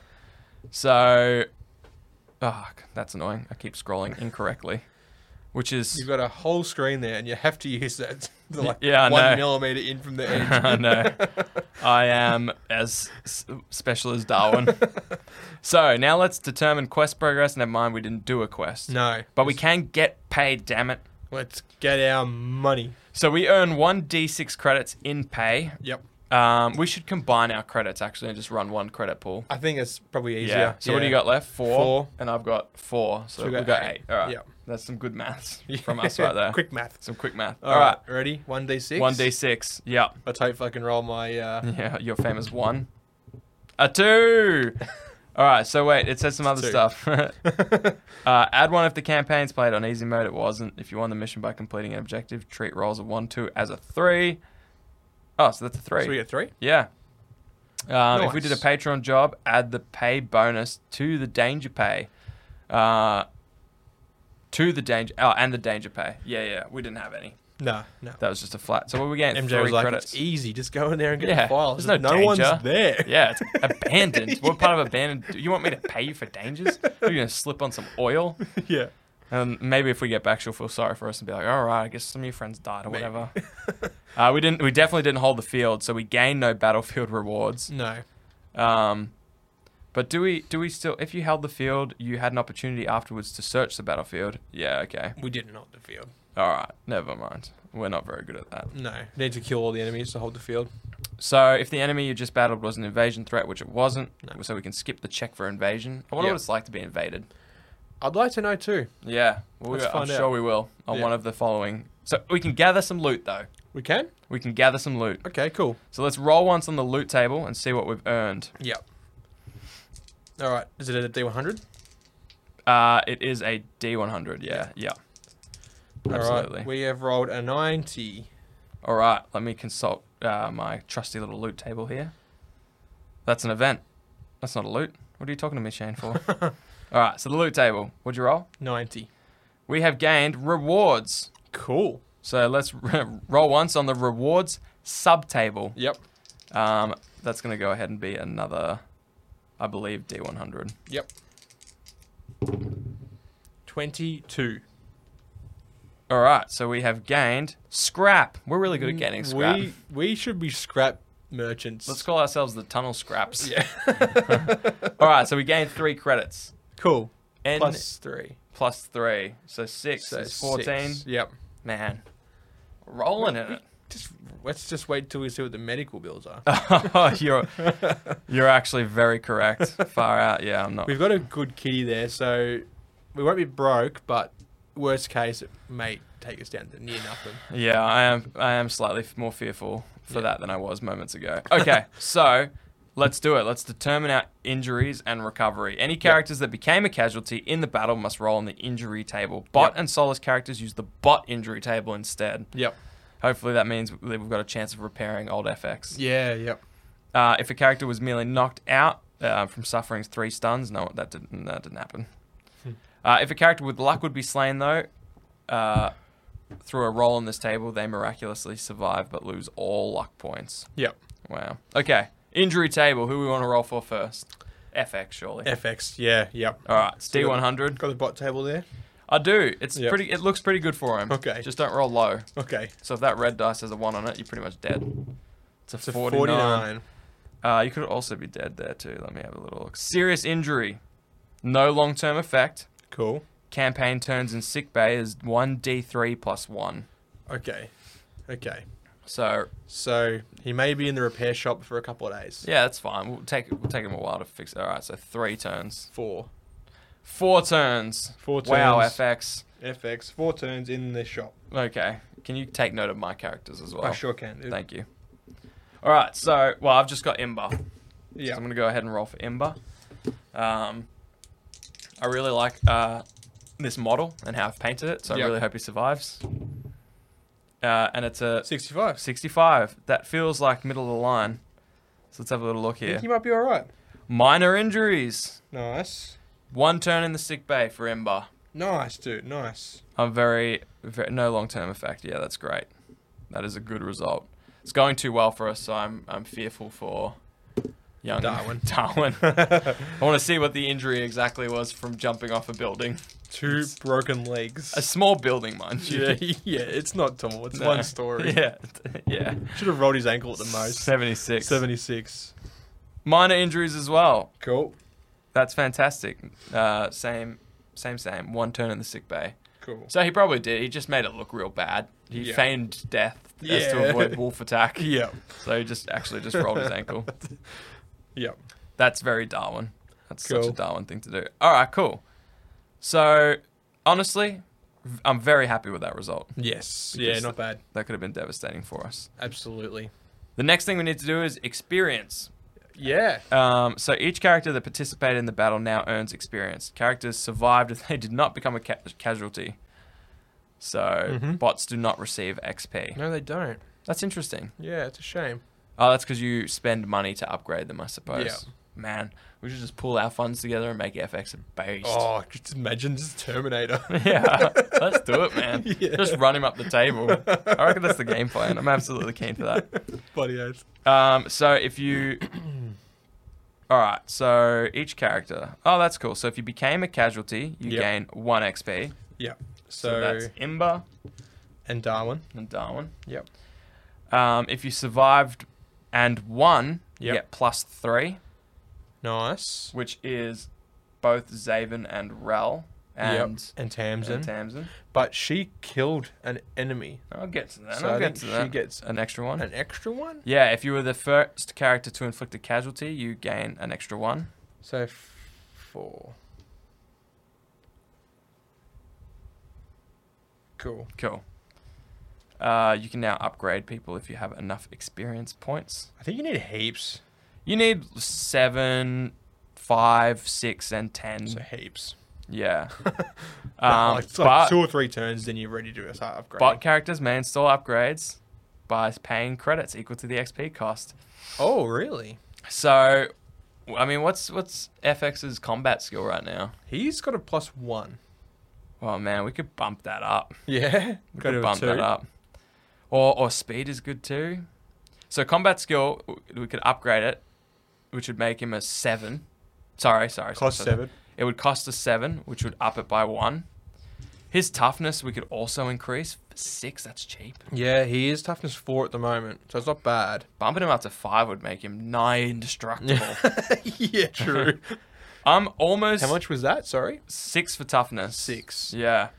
[SPEAKER 3] so, ah, that's annoying. I keep scrolling incorrectly. which is
[SPEAKER 2] You've got a whole screen there, and you have to use that the, like
[SPEAKER 3] yeah, I know.
[SPEAKER 2] one millimeter in from the edge.
[SPEAKER 3] I know. I am as s- special as Darwin. so now let's determine quest progress. Never mind, we didn't do a quest.
[SPEAKER 2] No,
[SPEAKER 3] But we can get paid, damn it.
[SPEAKER 2] Let's get our money.
[SPEAKER 3] So we earn 1d6 credits in pay.
[SPEAKER 2] Yep.
[SPEAKER 3] Um, we should combine our credits actually and just run one credit pool.
[SPEAKER 2] I think it's probably easier.
[SPEAKER 3] Yeah. So what do you got left? Four.
[SPEAKER 2] Uh, Four.
[SPEAKER 3] And I've got four. So,
[SPEAKER 2] we
[SPEAKER 3] we've
[SPEAKER 2] got
[SPEAKER 3] got,
[SPEAKER 2] eight.
[SPEAKER 3] eight. All right.
[SPEAKER 2] Yep.
[SPEAKER 3] That's some good maths from us right there.
[SPEAKER 2] Quick math.
[SPEAKER 3] Some quick math.
[SPEAKER 2] All right. Ready? One d six.
[SPEAKER 3] One d six. Yep.
[SPEAKER 2] Let's hope I can roll my. Uh,
[SPEAKER 3] Yeah, your famous one. A two. All right, so wait, it says some other
[SPEAKER 2] two.
[SPEAKER 3] stuff. uh, add one if the campaign's played on easy mode. It wasn't. If you won the mission by completing an objective, treat rolls of one, two as a three. Oh, so that's a three.
[SPEAKER 2] so we get three.
[SPEAKER 3] Yeah. Um, If we did a
[SPEAKER 2] Nice.
[SPEAKER 3] Patreon job, add the pay bonus to the danger pay. Uh, to the danger. Oh, and the danger pay. Yeah, yeah. We didn't have any.
[SPEAKER 2] No, no.
[SPEAKER 3] That was just a flat. So what were we getting?
[SPEAKER 2] MJ
[SPEAKER 3] Three
[SPEAKER 2] was like, "E-"
[SPEAKER 3] credits.
[SPEAKER 2] it's easy. Just go in there and get
[SPEAKER 3] Yeah,
[SPEAKER 2] the files.
[SPEAKER 3] there's no danger.
[SPEAKER 2] one's there.
[SPEAKER 3] Yeah, it's abandoned. What part of abandoned? do You want me to pay you for dangers? You're gonna slip on some oil,
[SPEAKER 2] yeah.
[SPEAKER 3] and Um, maybe if we get back, she'll feel sorry for us and be like, "All right, I guess some of your friends died or whatever." uh, we didn't. We definitely didn't hold the field, so we gained no battlefield rewards.
[SPEAKER 2] No.
[SPEAKER 3] Um, but do we? Do we still? If you held the field, you had an opportunity afterwards to search the battlefield. Yeah. Okay.
[SPEAKER 2] We did not the field.
[SPEAKER 3] All right. Never mind. We're not very good at that.
[SPEAKER 2] No. Need to kill all the enemies to hold the field.
[SPEAKER 3] So if the enemy you just battled was an invasion threat, which it wasn't,
[SPEAKER 2] No.
[SPEAKER 3] so we can skip the check for invasion. I wonder
[SPEAKER 2] Yeah.
[SPEAKER 3] what it's like to be invaded.
[SPEAKER 2] I'd like to know too.
[SPEAKER 3] Yeah, we
[SPEAKER 2] Let's
[SPEAKER 3] I'm
[SPEAKER 2] find out.
[SPEAKER 3] sure we will on
[SPEAKER 2] Yeah.
[SPEAKER 3] one of the following. So we can gather some loot though.
[SPEAKER 2] We can?
[SPEAKER 3] We can gather some loot.
[SPEAKER 2] Okay, cool.
[SPEAKER 3] So let's roll once on the loot table and see what we've earned.
[SPEAKER 2] Yep. All right. Is it a D100?
[SPEAKER 3] Uh, it is a D100. Yeah, yeah,
[SPEAKER 2] All
[SPEAKER 3] absolutely.
[SPEAKER 2] right. We have rolled a 90.
[SPEAKER 3] All right, let me consult uh, my trusty little loot table here. That's an event. That's not a loot. What are you talking to me, Shane? For? All right, so the loot table. What'd you roll?
[SPEAKER 2] 90.
[SPEAKER 3] We have gained rewards.
[SPEAKER 2] Cool.
[SPEAKER 3] So let's roll once on the rewards subtable.
[SPEAKER 2] Yep.
[SPEAKER 3] Um, that's going to go ahead and be another, I believe, D100.
[SPEAKER 2] Yep. 22.
[SPEAKER 3] All right, so we have gained scrap. We're really good at getting scrap.
[SPEAKER 2] Mm, We, we should be scrap merchants.
[SPEAKER 3] Let's call ourselves the tunnel scraps.
[SPEAKER 2] Yeah.
[SPEAKER 3] All right, so we gained three credits.
[SPEAKER 2] cool.
[SPEAKER 3] N
[SPEAKER 2] Plus 3.
[SPEAKER 3] plus three. So six is 14.
[SPEAKER 2] six. Yep.
[SPEAKER 3] Man, rolling in it.
[SPEAKER 2] Just let's just wait till we see what the medical bills are.
[SPEAKER 3] oh, you're, you're actually very correct. Far out. Yeah, I'm not.
[SPEAKER 2] We've got a good kitty there, so we won't be broke, but worst case, it may take us down to near nothing.
[SPEAKER 3] Yeah, I am. I am slightly f- more fearful for that than I was moments ago. Okay, so let's do it. Let's determine our injuries and recovery. Any characters that became a casualty in the battle must roll on the injury table. Bot
[SPEAKER 2] Yep.
[SPEAKER 3] and Solace characters use the bot injury table instead.
[SPEAKER 2] Yep.
[SPEAKER 3] Hopefully, that means that we've got a chance of repairing old FX.
[SPEAKER 2] Yeah, yep.
[SPEAKER 3] Uh, if a character was merely knocked out uh, from suffering three stuns, no, that didn't. That didn't happen. Uh, if a character with luck would be slain, though, uh, through a roll on this table, they miraculously survive but lose all luck points.
[SPEAKER 2] Yep.
[SPEAKER 3] Wow. Okay. Injury table. Who we want to roll for first? FX, surely.
[SPEAKER 2] FX, yeah, yep.
[SPEAKER 3] all right. It's
[SPEAKER 2] So you got-
[SPEAKER 3] D100.
[SPEAKER 2] Got the bot table there?
[SPEAKER 3] I do. It's
[SPEAKER 2] Yep.
[SPEAKER 3] pretty. It looks pretty good for him.
[SPEAKER 2] Okay.
[SPEAKER 3] Just don't roll low.
[SPEAKER 2] Okay.
[SPEAKER 3] So if that red dice has a one on it, you're pretty much dead. It's a
[SPEAKER 2] So
[SPEAKER 3] 49.
[SPEAKER 2] 49.
[SPEAKER 3] Uh, you could also be dead there too. Let me have a little look. Serious injury. No long-term effect.
[SPEAKER 2] Cool.
[SPEAKER 3] Campaign turns in sick bay is one D3 plus one.
[SPEAKER 2] Okay. Okay.
[SPEAKER 3] So
[SPEAKER 2] So he may be in the repair shop for a couple of days.
[SPEAKER 3] yeah, that's fine. We'll take we'll take him a while to fix it. All right, so three turns,
[SPEAKER 2] Four.
[SPEAKER 3] four turns.
[SPEAKER 2] Four
[SPEAKER 3] Wow,
[SPEAKER 2] turns.
[SPEAKER 3] FX.
[SPEAKER 2] FX, four turns in the shop.
[SPEAKER 3] Okay, can you take note of my characters as well?
[SPEAKER 2] I sure can.
[SPEAKER 3] Thank you. All right, so well, I've just got Imba. So I'm
[SPEAKER 2] Yeah.
[SPEAKER 3] gonna go ahead and roll for Ember. Um, I really like uh, this model and how I've painted it, so
[SPEAKER 2] Yep.
[SPEAKER 3] I really hope he survives. Uh, and it's a
[SPEAKER 2] 65.
[SPEAKER 3] 65. That feels like middle of the line. So let's have a little look
[SPEAKER 2] I
[SPEAKER 3] here.
[SPEAKER 2] think he might be all right.
[SPEAKER 3] Minor injuries.
[SPEAKER 2] Nice.
[SPEAKER 3] One turn in the sick bay for Ember.
[SPEAKER 2] Nice, dude. Nice.
[SPEAKER 3] I'm very, very no long term effect. Yeah, that's great. That is a good result. It's going too well for us, so I'm I'm fearful for young
[SPEAKER 2] Darwin.
[SPEAKER 3] Darwin. I want to see what the injury exactly was from jumping off a building.
[SPEAKER 2] Two broken legs.
[SPEAKER 3] A small building, mind you.
[SPEAKER 2] yeah, yeah, it's not tall. It's
[SPEAKER 3] No.
[SPEAKER 2] one story.
[SPEAKER 3] Yeah, yeah.
[SPEAKER 2] Should have rolled his ankle at the most.
[SPEAKER 3] 76.
[SPEAKER 2] 76.
[SPEAKER 3] Minor injuries as well.
[SPEAKER 2] Cool.
[SPEAKER 3] That's fantastic. Uh, same, same, same. One turn in the sick bay.
[SPEAKER 2] Cool.
[SPEAKER 3] So he probably did. He just made it look real bad. He
[SPEAKER 2] Yeah.
[SPEAKER 3] feigned death as
[SPEAKER 2] Yeah.
[SPEAKER 3] to avoid wolf attack.
[SPEAKER 2] yeah.
[SPEAKER 3] So he just actually just rolled his ankle.
[SPEAKER 2] Yeah.
[SPEAKER 3] That's very Darwin. That's such
[SPEAKER 2] Cool.
[SPEAKER 3] a Darwin thing to do. All right, cool. So honestly, v- I'm very happy with that result.
[SPEAKER 2] Yes.
[SPEAKER 3] Because-
[SPEAKER 2] yeah, not bad.
[SPEAKER 3] That could have been devastating for us.
[SPEAKER 2] Absolutely.
[SPEAKER 3] The next thing we need to do is experience.
[SPEAKER 2] Yeah.
[SPEAKER 3] Um, so each character that participated in the battle now earns experience. Characters survived if they did not become a ca- casualty. So
[SPEAKER 2] Mm-hmm.
[SPEAKER 3] bots do not receive XP.
[SPEAKER 2] No, they don't.
[SPEAKER 3] That's interesting.
[SPEAKER 2] Yeah, it's a shame.
[SPEAKER 3] Oh, that's because you spend money to upgrade them, I suppose.
[SPEAKER 2] Yeah.
[SPEAKER 3] Man, we should just pull our funds together and make FX a beast.
[SPEAKER 2] Oh, just imagine just Terminator.
[SPEAKER 3] Yeah, let's do it, man.
[SPEAKER 2] Yeah.
[SPEAKER 3] Just run him up the table. I reckon that's the game plan. I'm absolutely keen for that.
[SPEAKER 2] Bloody oath.
[SPEAKER 3] Um, so if you, all right, so each character. Oh, that's cool. So if you became a casualty, you
[SPEAKER 2] Yep.
[SPEAKER 3] gain one XP.
[SPEAKER 2] Yeah.
[SPEAKER 3] So,
[SPEAKER 2] So,
[SPEAKER 3] that's Imber
[SPEAKER 2] and Darwin.
[SPEAKER 3] and Darwin.
[SPEAKER 2] Yep.
[SPEAKER 3] Um, if you survived and won, you
[SPEAKER 2] Yep.
[SPEAKER 3] get plus three,
[SPEAKER 2] Nice.
[SPEAKER 3] which is both Zaven and Rel and,
[SPEAKER 2] yep. Mm-hmm. And Tamsin.
[SPEAKER 3] and Tamsin.
[SPEAKER 2] but she killed an enemy.
[SPEAKER 3] I'll get to that.
[SPEAKER 2] So
[SPEAKER 3] I'll
[SPEAKER 2] I
[SPEAKER 3] get
[SPEAKER 2] think
[SPEAKER 3] to
[SPEAKER 2] she
[SPEAKER 3] that.
[SPEAKER 2] gets
[SPEAKER 3] an extra one.
[SPEAKER 2] An extra one?
[SPEAKER 3] Yeah, if you were the first character to inflict a casualty, you gain an extra one.
[SPEAKER 2] So f- four. Cool.
[SPEAKER 3] Cool. Uh, you can now upgrade people if you have enough experience points.
[SPEAKER 2] I think you need heaps.
[SPEAKER 3] You need seven, five, six, and ten.
[SPEAKER 2] So heaps.
[SPEAKER 3] Yeah.
[SPEAKER 2] Um,
[SPEAKER 3] Um,
[SPEAKER 2] it's like
[SPEAKER 3] but,
[SPEAKER 2] two or three turns, then you're ready to start upgrading.
[SPEAKER 3] but characters may install upgrades by paying credits equal to the XP cost.
[SPEAKER 2] oh, really?
[SPEAKER 3] So, I mean, what's what's FX's combat skill right now?
[SPEAKER 2] He's got a plus one.
[SPEAKER 3] Oh man, we could bump that up.
[SPEAKER 2] Yeah.
[SPEAKER 3] We could bump that up. Or or speed is good too. So combat skill, w- we could upgrade it, which would make him a seven. Sorry, sorry. sorry,
[SPEAKER 2] Cost
[SPEAKER 3] sorry.
[SPEAKER 2] seven.
[SPEAKER 3] It would cost a seven, which would up it by one. His toughness we could also increase for six. That's cheap.
[SPEAKER 2] Yeah, he is toughness four at the moment, so it's not bad.
[SPEAKER 3] Bumping him up to five would make him nigh indestructible.
[SPEAKER 2] yeah, true.
[SPEAKER 3] I'm almost
[SPEAKER 2] How much was that? Sorry.
[SPEAKER 3] six for toughness.
[SPEAKER 2] Six.
[SPEAKER 3] Yeah.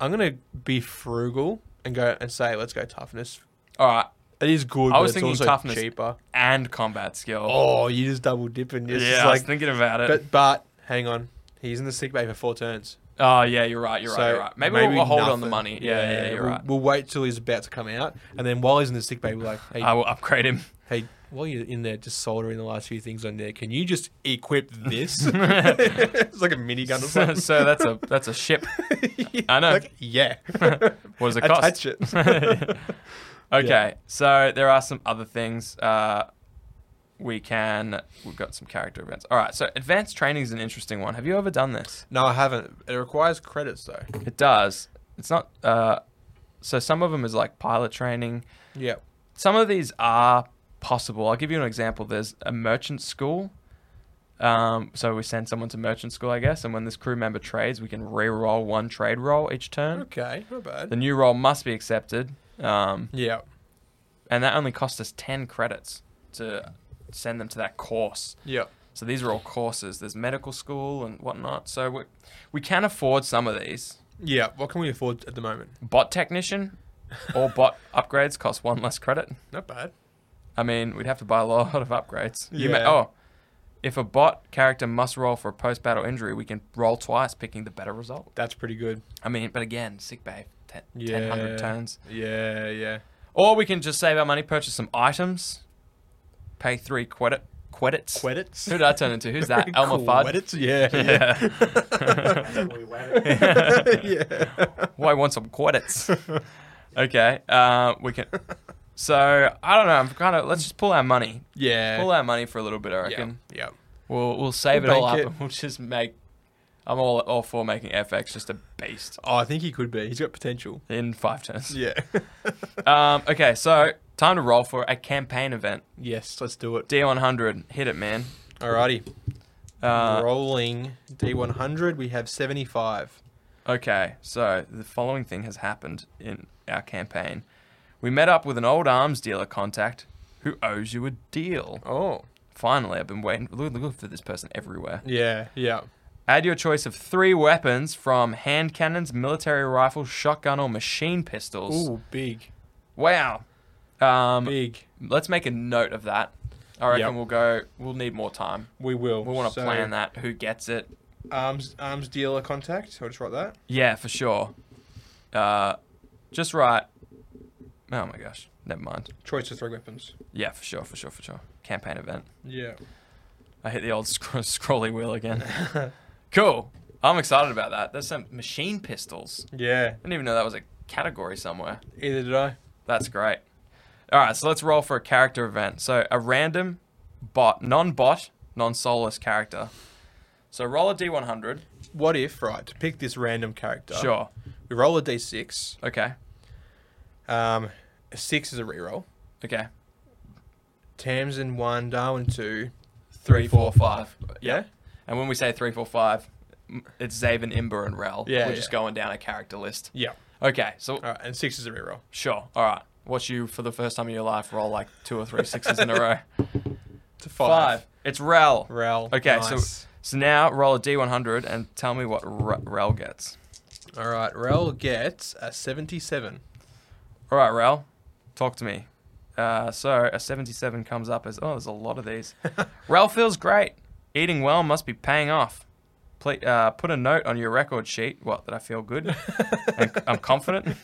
[SPEAKER 2] I'm gonna be frugal and go and say let's go toughness.
[SPEAKER 3] All right.
[SPEAKER 2] It is good.
[SPEAKER 3] I
[SPEAKER 2] but
[SPEAKER 3] was
[SPEAKER 2] it's
[SPEAKER 3] thinking
[SPEAKER 2] also
[SPEAKER 3] toughness.
[SPEAKER 2] cheaper.
[SPEAKER 3] And combat skill.
[SPEAKER 2] Oh, you just double dipping. It's
[SPEAKER 3] yeah.
[SPEAKER 2] just
[SPEAKER 3] I was
[SPEAKER 2] like,
[SPEAKER 3] thinking about it.
[SPEAKER 2] but but hang on, he's in the sick bay for four turns.
[SPEAKER 3] Oh yeah, you're right. You're
[SPEAKER 2] so
[SPEAKER 3] right. You're right. Maybe, we'll hold on the money. Yeah, yeah, you're
[SPEAKER 2] we'll,
[SPEAKER 3] right.
[SPEAKER 2] We'll wait till he's about to come out, and then while he's in the sick bay, we're like, hey,
[SPEAKER 3] I will upgrade him.
[SPEAKER 2] hey, while you're in there just soldering the last few things on there, can you just equip this? it's like a minigun or
[SPEAKER 3] so, uh,
[SPEAKER 2] something.
[SPEAKER 3] so that's a that's a ship. I know.
[SPEAKER 2] Like, yeah.
[SPEAKER 3] What does it cost?
[SPEAKER 2] Attach it.
[SPEAKER 3] Okay,
[SPEAKER 2] Yeah.
[SPEAKER 3] so there are some other things. Uh, we can. We've got some character events. All right. So advanced training is an interesting one. Have you ever done this?
[SPEAKER 2] no, I haven't. It requires credits though.
[SPEAKER 3] It does. It's not. Uh, so some of them is like pilot training.
[SPEAKER 2] Yeah.
[SPEAKER 3] Some of these are possible. I'll give you an example. There's a merchant school. Um, so we send someone to merchant school, I guess, and when this crew member trades, we can re-roll one trade roll each turn.
[SPEAKER 2] Okay, not bad.
[SPEAKER 3] The new roll must be accepted. Um,
[SPEAKER 2] yeah.
[SPEAKER 3] and that only cost us 10 credits to send them to that course.
[SPEAKER 2] Yeah.
[SPEAKER 3] So these are all courses. There's medical school and whatnot. So we, we can afford some of these.
[SPEAKER 2] Yeah. What can we afford at the moment?
[SPEAKER 3] Bot technician or bot upgrades cost one less credit.
[SPEAKER 2] Not bad.
[SPEAKER 3] I mean, we'd have to buy a lot of upgrades. You may,
[SPEAKER 2] Yeah.
[SPEAKER 3] oh, if a bot character must roll for a post battle injury, we can roll twice, picking the better result.
[SPEAKER 2] That's pretty good.
[SPEAKER 3] I mean, but again, sick bay, 10,
[SPEAKER 2] Yeah.
[SPEAKER 3] 1000 turns.
[SPEAKER 2] Yeah, yeah.
[SPEAKER 3] Or we can just save our money, purchase some items, pay three credit, credits.
[SPEAKER 2] Credits.
[SPEAKER 3] Who did I turn into? Who's that? Elmer Fudd?
[SPEAKER 2] Credits? Yeah.
[SPEAKER 3] Yeah.
[SPEAKER 2] yeah.
[SPEAKER 3] Well, I want some credits. okay. Uh, we can. So I don't know. I'm kind of. Let's just pull our money.
[SPEAKER 2] Yeah.
[SPEAKER 3] Pull our money for a little bit. I
[SPEAKER 2] yeah.
[SPEAKER 3] reckon.
[SPEAKER 2] yeah.
[SPEAKER 3] We'll we'll save
[SPEAKER 2] We'll
[SPEAKER 3] it all up
[SPEAKER 2] bank it.
[SPEAKER 3] and we'll just make. I'm all all for making FX just a beast
[SPEAKER 2] Oh, I think he could be. He's got potential.
[SPEAKER 3] in five turns.
[SPEAKER 2] Yeah.
[SPEAKER 3] Um. Okay. So time to roll for a campaign event.
[SPEAKER 2] yes, let's do it.
[SPEAKER 3] D100. Hit it, man.
[SPEAKER 2] Alrighty.
[SPEAKER 3] Uh,
[SPEAKER 2] Rolling D100, we have 75.
[SPEAKER 3] Okay, so the following thing has happened in our campaign. We met up with an old arms dealer contact who owes you a deal.
[SPEAKER 2] Oh.
[SPEAKER 3] Finally, I've been waiting look- looking for this person everywhere.
[SPEAKER 2] Yeah, yeah.
[SPEAKER 3] Add your choice of three weapons from hand cannons, military rifle, shotgun, or machine pistols.
[SPEAKER 2] Ooh, big,
[SPEAKER 3] Wow. Um,
[SPEAKER 2] big.
[SPEAKER 3] Let's make a note of that. I reckon
[SPEAKER 2] Yep.
[SPEAKER 3] we'll go. We'll need more time.
[SPEAKER 2] We will.
[SPEAKER 3] We'll want to
[SPEAKER 2] So,
[SPEAKER 3] plan that. Who gets it?
[SPEAKER 2] Arms, arms dealer contact. I'll just write that.
[SPEAKER 3] Yeah, for sure. Uh, just right. Oh my gosh. Never mind.
[SPEAKER 2] Choice of three weapons.
[SPEAKER 3] Yeah, for sure, for sure, for sure. Campaign event.
[SPEAKER 2] Yeah.
[SPEAKER 3] I hit the old scr- scrolly wheel again. cool. I'm excited about that. There's some machine pistols.
[SPEAKER 2] Yeah.
[SPEAKER 3] I didn't even know that was a category somewhere.
[SPEAKER 2] Either did I.
[SPEAKER 3] That's great. All right, so let's roll for a character event. So a random bot, non-bot, non-soulless character. So roll a d100.
[SPEAKER 2] What if, right, to pick this random character.
[SPEAKER 3] Sure.
[SPEAKER 2] We roll a d6.
[SPEAKER 3] Okay.
[SPEAKER 2] Um, a 6 is a reroll.
[SPEAKER 3] Okay.
[SPEAKER 2] Tamsin 1, Darwin 2.
[SPEAKER 3] Three, four, five.
[SPEAKER 2] Yeah?
[SPEAKER 3] And when we say three, four, five, m- it's Zaven, Imber, and Rel.
[SPEAKER 2] Yeah,
[SPEAKER 3] We're
[SPEAKER 2] yeah.
[SPEAKER 3] just going down a character list.
[SPEAKER 2] Yeah.
[SPEAKER 3] Okay. So
[SPEAKER 2] All right, and 6 is a reroll.
[SPEAKER 3] sure. All right. Watch you for the first time in your life roll like two or three sixes in a row.
[SPEAKER 2] To 5.
[SPEAKER 3] Five. It's Rel.
[SPEAKER 2] Rel.
[SPEAKER 3] Okay.
[SPEAKER 2] Nice.
[SPEAKER 3] So so now roll a d100 and tell me what R- Rel gets.
[SPEAKER 2] All right, Rel gets a 77.
[SPEAKER 3] All right, Rel, talk to me. Uh, so a 77 comes up as oh, there's a lot of these. Rel feels great. Eating well must be paying off. Ple uh, put a note on your record sheet. What that I feel good. and I'm confident.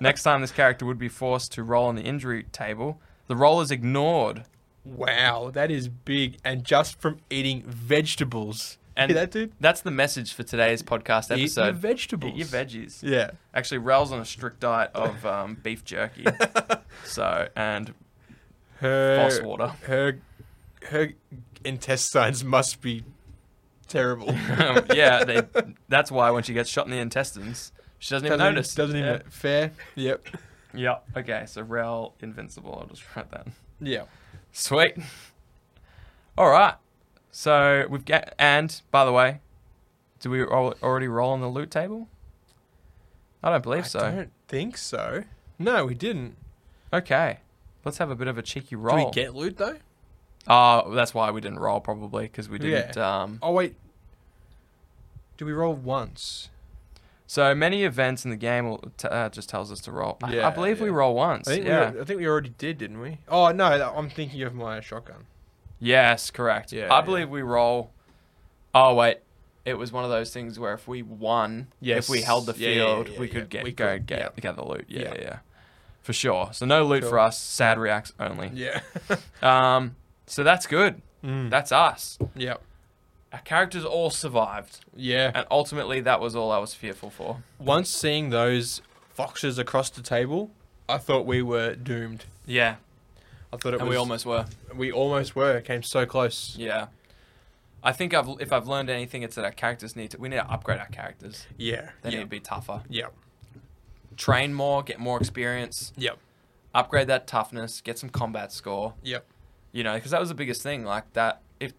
[SPEAKER 3] Next time this character would be forced to roll on the injury table, the roll is ignored.
[SPEAKER 2] Wow, that is big. And just from eating vegetables.
[SPEAKER 3] And-
[SPEAKER 2] And that, dude?
[SPEAKER 3] That's the message for today's podcast
[SPEAKER 2] Eat
[SPEAKER 3] episode.
[SPEAKER 2] your vegetables.
[SPEAKER 3] Eat your veggies.
[SPEAKER 2] Yeah.
[SPEAKER 3] Actually, Rel's on a strict diet of um, beef jerky. so and
[SPEAKER 2] Her,
[SPEAKER 3] Boss water.
[SPEAKER 2] Her, her intestines must be terrible.
[SPEAKER 3] Um, yeah, they, that's why when she gets shot in the intestines, she doesn't even
[SPEAKER 2] Doesn't-
[SPEAKER 3] notice.
[SPEAKER 2] Doesn't even fair. Yep.
[SPEAKER 3] Yeah. yeah. Okay, so Rel invincible. I'll just write that.
[SPEAKER 2] Yeah.
[SPEAKER 3] Sweet. All right. So we've got. And by the way, do we al- already roll on the loot table? I don't believe so.
[SPEAKER 2] I don't think so. No, we didn't.
[SPEAKER 3] Okay. Let's have a bit of a cheeky
[SPEAKER 2] Did
[SPEAKER 3] roll.
[SPEAKER 2] we get loot though?
[SPEAKER 3] Oh, that's why we didn't roll probably because we didn't. Um,
[SPEAKER 2] Oh wait. Do we roll once?
[SPEAKER 3] so many events in the game will t- uh, just tells us to roll. I- I,
[SPEAKER 2] Yeah,
[SPEAKER 3] believe we
[SPEAKER 2] yeah.
[SPEAKER 3] roll once.
[SPEAKER 2] I think
[SPEAKER 3] yeah.
[SPEAKER 2] we, I think we already did, didn't we? Oh no, I'm thinking of my shotgun.
[SPEAKER 3] Yes, correct.
[SPEAKER 2] Yeah,
[SPEAKER 3] I
[SPEAKER 2] yeah.
[SPEAKER 3] believe we roll. Oh wait, it was one of those things where if we won, if we held the
[SPEAKER 2] Yes. Yeah, yeah,
[SPEAKER 3] field,
[SPEAKER 2] yeah,
[SPEAKER 3] we
[SPEAKER 2] yeah.
[SPEAKER 3] could get
[SPEAKER 2] We
[SPEAKER 3] go
[SPEAKER 2] could,
[SPEAKER 3] get
[SPEAKER 2] yeah.
[SPEAKER 3] gather loot. Yeah,
[SPEAKER 2] Yeah.
[SPEAKER 3] yeah, for sure. So no loot for
[SPEAKER 2] Sure.
[SPEAKER 3] us. Sad reacts only.
[SPEAKER 2] Yeah. Mm.
[SPEAKER 3] Um, so that's good. That's us.
[SPEAKER 2] yeah.
[SPEAKER 3] Our characters all survived,
[SPEAKER 2] Yeah.
[SPEAKER 3] and ultimately that was all I was fearful for.
[SPEAKER 2] Once seeing those foxes across the table, I thought we were doomed.
[SPEAKER 3] Yeah,
[SPEAKER 2] I thought it
[SPEAKER 3] and
[SPEAKER 2] was
[SPEAKER 3] we almost were.
[SPEAKER 2] we almost were. Came so close.
[SPEAKER 3] Yeah. I think I've if I've learned anything, it's that our characters need to we need to upgrade our characters.
[SPEAKER 2] Yeah.
[SPEAKER 3] They
[SPEAKER 2] yeah.
[SPEAKER 3] need to be tougher.
[SPEAKER 2] yeah.
[SPEAKER 3] Train more, get more experience.
[SPEAKER 2] Yep.
[SPEAKER 3] upgrade that toughness, get some combat score.
[SPEAKER 2] Yep.
[SPEAKER 3] You know, because that was the biggest thing. Like that, if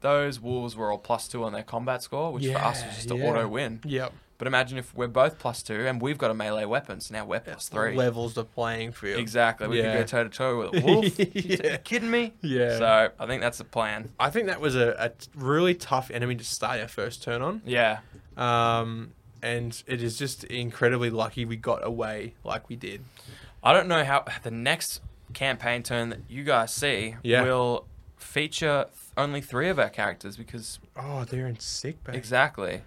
[SPEAKER 3] those wolves were all plus two on their combat score, which for us was
[SPEAKER 2] Yeah,
[SPEAKER 3] just an
[SPEAKER 2] yeah.
[SPEAKER 3] auto win.
[SPEAKER 2] Yep.
[SPEAKER 3] But imagine if we're both plus two and we've got a melee weapon, so now we're plus three.
[SPEAKER 2] Levels the playing field.
[SPEAKER 3] Exactly, we
[SPEAKER 2] Yeah.
[SPEAKER 3] could go toe to toe with a wolf. Are
[SPEAKER 2] Yeah.
[SPEAKER 3] you kidding me?
[SPEAKER 2] Yeah.
[SPEAKER 3] So I think that's the plan.
[SPEAKER 2] I think that was a, a t- really tough enemy to start our first turn on.
[SPEAKER 3] Yeah.
[SPEAKER 2] Um, and it is just incredibly lucky we got away like we did.
[SPEAKER 3] I don't know how the next campaign turn that you guys see
[SPEAKER 2] Yeah.
[SPEAKER 3] will feature th- only three of our characters because
[SPEAKER 2] Oh, they're in sick bay.
[SPEAKER 3] exactly.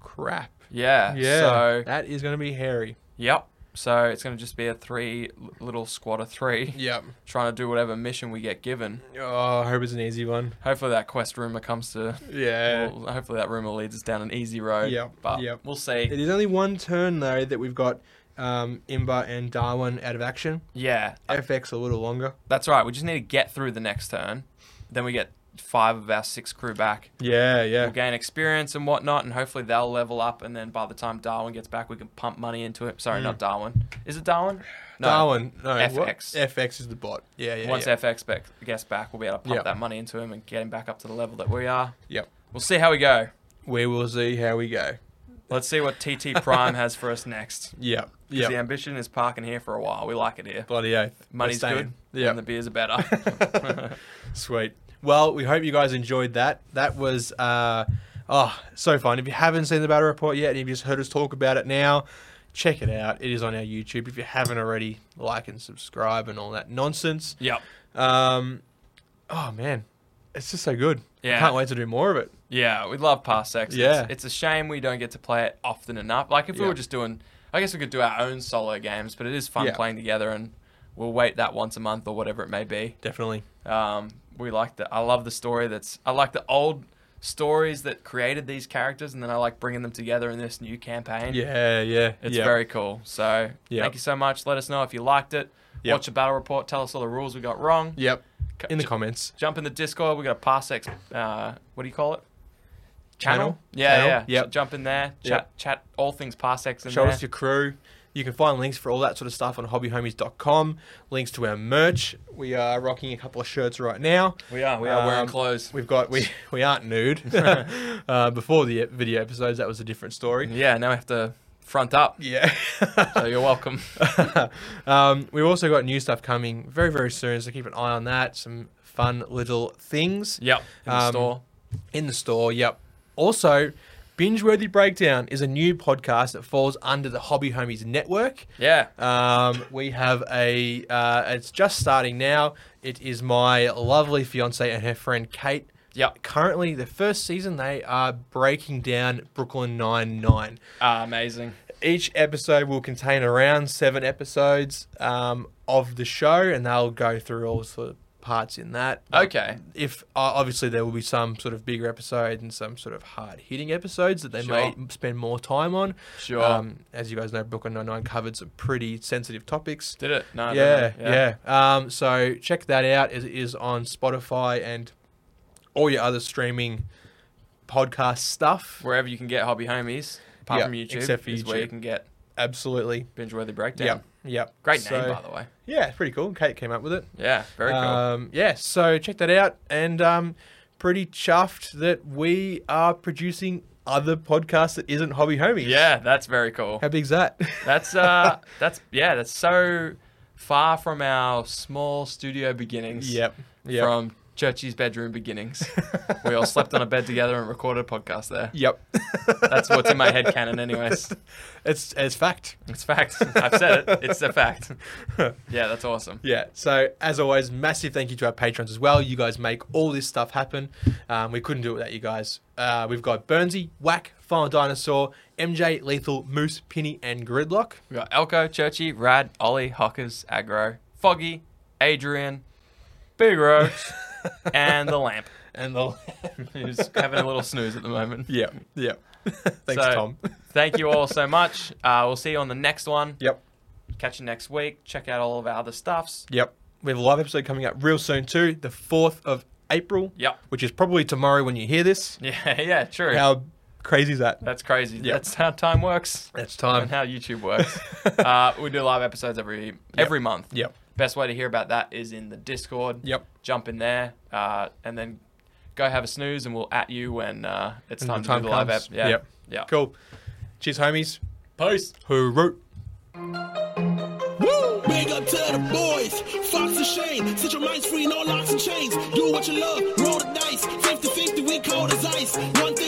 [SPEAKER 2] Crap.
[SPEAKER 3] Yeah.
[SPEAKER 2] Yeah.
[SPEAKER 3] So
[SPEAKER 2] that is going to be hairy.
[SPEAKER 3] Yep. So it's going to just be a three l- little squad of three
[SPEAKER 2] Yep.
[SPEAKER 3] trying to do whatever mission we get given.
[SPEAKER 2] Oh, I hope it's an easy one.
[SPEAKER 3] Hopefully that quest rumor comes to.
[SPEAKER 2] Yeah.
[SPEAKER 3] well, hopefully that rumor leads us down an easy road.
[SPEAKER 2] Yep,
[SPEAKER 3] But
[SPEAKER 2] yep.
[SPEAKER 3] we'll see.
[SPEAKER 2] It is only one turn though that we've got um, Imba and Darwin out of action.
[SPEAKER 3] Yeah, uh,
[SPEAKER 2] FX a little longer.
[SPEAKER 3] that's right. We just need to get through the next turn. Then we get five of our six crew back.
[SPEAKER 2] Yeah,
[SPEAKER 3] We'll
[SPEAKER 2] yeah,
[SPEAKER 3] gain experience and whatnot, and hopefully they'll level up. And then by the time Darwin gets back, we can pump money into it. Sorry, not Darwin. Is it Darwin? No.
[SPEAKER 2] Mm. Darwin. No, what?
[SPEAKER 3] FX.
[SPEAKER 2] FX is the bot. Yeah, yeah.
[SPEAKER 3] Once
[SPEAKER 2] yeah.
[SPEAKER 3] FX back, gets back, we'll be able to pump
[SPEAKER 2] Yep.
[SPEAKER 3] that money into him and get him back up to the level that we are.
[SPEAKER 2] Yep.
[SPEAKER 3] We'll see how we go.
[SPEAKER 2] We will see how we go.
[SPEAKER 3] Let's see what TT Prime has for us next.
[SPEAKER 2] Yeah.
[SPEAKER 3] 'Cause The
[SPEAKER 2] Yeah.
[SPEAKER 3] ambition is parking here for a while. We like it here.
[SPEAKER 2] Bloody oath. We're
[SPEAKER 3] Money's
[SPEAKER 2] staying.
[SPEAKER 3] good,
[SPEAKER 2] Yeah.
[SPEAKER 3] and the beers are better.
[SPEAKER 2] Sweet. Well, we hope you guys enjoyed that. That was uh, oh so fun. If you haven't seen the battle report yet, and you've just heard us talk about it now, check it out. It is on our YouTube. If you haven't already, like and subscribe and all that nonsense.
[SPEAKER 3] yep.
[SPEAKER 2] Um, oh man, it's just so good. I
[SPEAKER 3] Yeah.
[SPEAKER 2] can't wait to do more of it.
[SPEAKER 3] Yeah, we love past sex.
[SPEAKER 2] Yeah.
[SPEAKER 3] It's, it's a shame we don't get to play it often enough. Like if we
[SPEAKER 2] Yeah.
[SPEAKER 3] were just doing, I guess we could do our own solo games, but it is fun
[SPEAKER 2] Yeah.
[SPEAKER 3] playing together, and we'll wait that once a month or whatever it may be.
[SPEAKER 2] Definitely.
[SPEAKER 3] Um, we like the. I love the story. That's I like the old stories that created these characters, and then I like bringing them together in this new campaign.
[SPEAKER 2] Yeah, yeah.
[SPEAKER 3] It's
[SPEAKER 2] yeah.
[SPEAKER 3] very cool. So
[SPEAKER 2] Yeah.
[SPEAKER 3] thank you so much. Let us know if you liked it.
[SPEAKER 2] Yep.
[SPEAKER 3] Watch the battle report. Tell us all the rules we got wrong.
[SPEAKER 2] Yep.
[SPEAKER 3] Ca-
[SPEAKER 2] In the
[SPEAKER 3] j-
[SPEAKER 2] comments.
[SPEAKER 3] Jump in the Discord. We got a Parsex. Uh, what do you call it?
[SPEAKER 2] Channel?
[SPEAKER 3] Yeah,
[SPEAKER 2] Channel,
[SPEAKER 3] yeah.
[SPEAKER 2] yep.
[SPEAKER 3] J- Jump in there. Chat,
[SPEAKER 2] Yep.
[SPEAKER 3] chat all things Parsecs in
[SPEAKER 2] Show
[SPEAKER 3] there.
[SPEAKER 2] us your crew. You can find links for all that sort of stuff on hobbyhomies.com. Links to our merch. We are rocking a couple of shirts right now.
[SPEAKER 3] we are. We are
[SPEAKER 2] Um,
[SPEAKER 3] wearing clothes.
[SPEAKER 2] We've got we we aren't nude. uh, before the video episodes, that was a different story.
[SPEAKER 3] Yeah. Now we have to front up.
[SPEAKER 2] Yeah.
[SPEAKER 3] So you're welcome.
[SPEAKER 2] um, we've also got new stuff coming very very soon, so keep an eye on that. Some fun little things.
[SPEAKER 3] yep. In the
[SPEAKER 2] Um,
[SPEAKER 3] store.
[SPEAKER 2] In the store, yep. Also, Bingeworthy Breakdown is a new podcast that falls under the Hobby Homies network.
[SPEAKER 3] Yeah.
[SPEAKER 2] Um, we have a. Uh, it's just starting now. It is my lovely fiance and her friend Kate.
[SPEAKER 3] Yep.
[SPEAKER 2] Currently, the first season they are breaking down Brooklyn Nine Nine.
[SPEAKER 3] Ah, amazing.
[SPEAKER 2] Each episode will contain around seven episodes um, of the show, and they'll go through all sort of parts in that.
[SPEAKER 3] Okay.
[SPEAKER 2] If uh, obviously there will be some sort of bigger episodes and some sort of hard hitting episodes that they may
[SPEAKER 3] Sure.
[SPEAKER 2] spend more time on. Um,
[SPEAKER 3] Sure.
[SPEAKER 2] as you guys know, Brooklyn Nine Nine covered some pretty sensitive topics.
[SPEAKER 3] Did it? No. I don't
[SPEAKER 2] Yeah,
[SPEAKER 3] know.
[SPEAKER 2] yeah. Um, so check that out. It is on Spotify and all your other streaming podcast stuff.
[SPEAKER 3] Wherever you can get hobby homies, apart
[SPEAKER 2] Yeah,
[SPEAKER 3] from YouTube,
[SPEAKER 2] except for
[SPEAKER 3] is where you
[SPEAKER 2] YouTube.
[SPEAKER 3] can get
[SPEAKER 2] Absolutely.
[SPEAKER 3] binge worthy breakdown.
[SPEAKER 2] Yep. Yep.
[SPEAKER 3] Great
[SPEAKER 2] So-
[SPEAKER 3] name, by the way.
[SPEAKER 2] Yeah, it's pretty cool. Kate came up with it.
[SPEAKER 3] Yeah. Very cool.
[SPEAKER 2] Um, yeah, so check that out. And um, pretty chuffed that we are producing other podcasts that isn't Hobby Homies.
[SPEAKER 3] yeah, that's very cool.
[SPEAKER 2] How big's that?
[SPEAKER 3] That's uh, that's yeah, that's so far from our small studio beginnings.
[SPEAKER 2] yep. Yep.
[SPEAKER 3] From Churchy's bedroom beginnings, we all slept on a bed together and recorded a podcast there.
[SPEAKER 2] yep.
[SPEAKER 3] That's what's in my head canon, anyways.
[SPEAKER 2] It's it's fact.
[SPEAKER 3] It's fact. I've said it. It's a fact. Yeah, that's awesome.
[SPEAKER 2] Yeah. So as always, massive thank you to our patrons as well. You guys make all this stuff happen. Um, we couldn't do it without you guys. Uh, we've got Burnsy, Whack, Final Dinosaur, MJ, Lethal, Moose, Pinny, and Gridlock.
[SPEAKER 3] We got Elko, Churchy, Rad, Ollie, Hockers, Agro, Foggy, Adrian, Big Roach, and the lamp,
[SPEAKER 2] And the
[SPEAKER 3] who's having a little snooze at the moment.
[SPEAKER 2] yeah, yeah. Thanks,
[SPEAKER 3] So,
[SPEAKER 2] Tom.
[SPEAKER 3] Thank you all so much. Uh, we'll see you on the next one.
[SPEAKER 2] Yep.
[SPEAKER 3] Catch you next week. Check out all of our other stuffs.
[SPEAKER 2] Yep. We have a live episode coming up real soon too, the fourth of April.
[SPEAKER 3] Yep.
[SPEAKER 2] Which is probably tomorrow when you hear this.
[SPEAKER 3] Yeah, yeah, true.
[SPEAKER 2] How crazy is that?
[SPEAKER 3] That's crazy.
[SPEAKER 2] Yeah.
[SPEAKER 3] That's how time works
[SPEAKER 2] That's
[SPEAKER 3] and
[SPEAKER 2] time.
[SPEAKER 3] how YouTube works. uh, we do live episodes every every month.
[SPEAKER 2] Yep.
[SPEAKER 3] Best way to hear about that is in the Discord.
[SPEAKER 2] Yep.
[SPEAKER 3] Jump in there uh, and then go have a snooze, and we'll at you when uh, it's
[SPEAKER 2] When
[SPEAKER 3] time,
[SPEAKER 2] the
[SPEAKER 3] to
[SPEAKER 2] time
[SPEAKER 3] do the live app.
[SPEAKER 2] comes.
[SPEAKER 3] Yeah.
[SPEAKER 2] Yep.
[SPEAKER 3] Yeah.
[SPEAKER 2] Cool. Cheers, homies.
[SPEAKER 3] Peace.
[SPEAKER 2] Hooroo.
[SPEAKER 1] Woo! Big up to the boys, Fox and Shane. Set your minds free, no locks and chains. Do what you love, roll the dice. 50 50, we cold as ice. One thing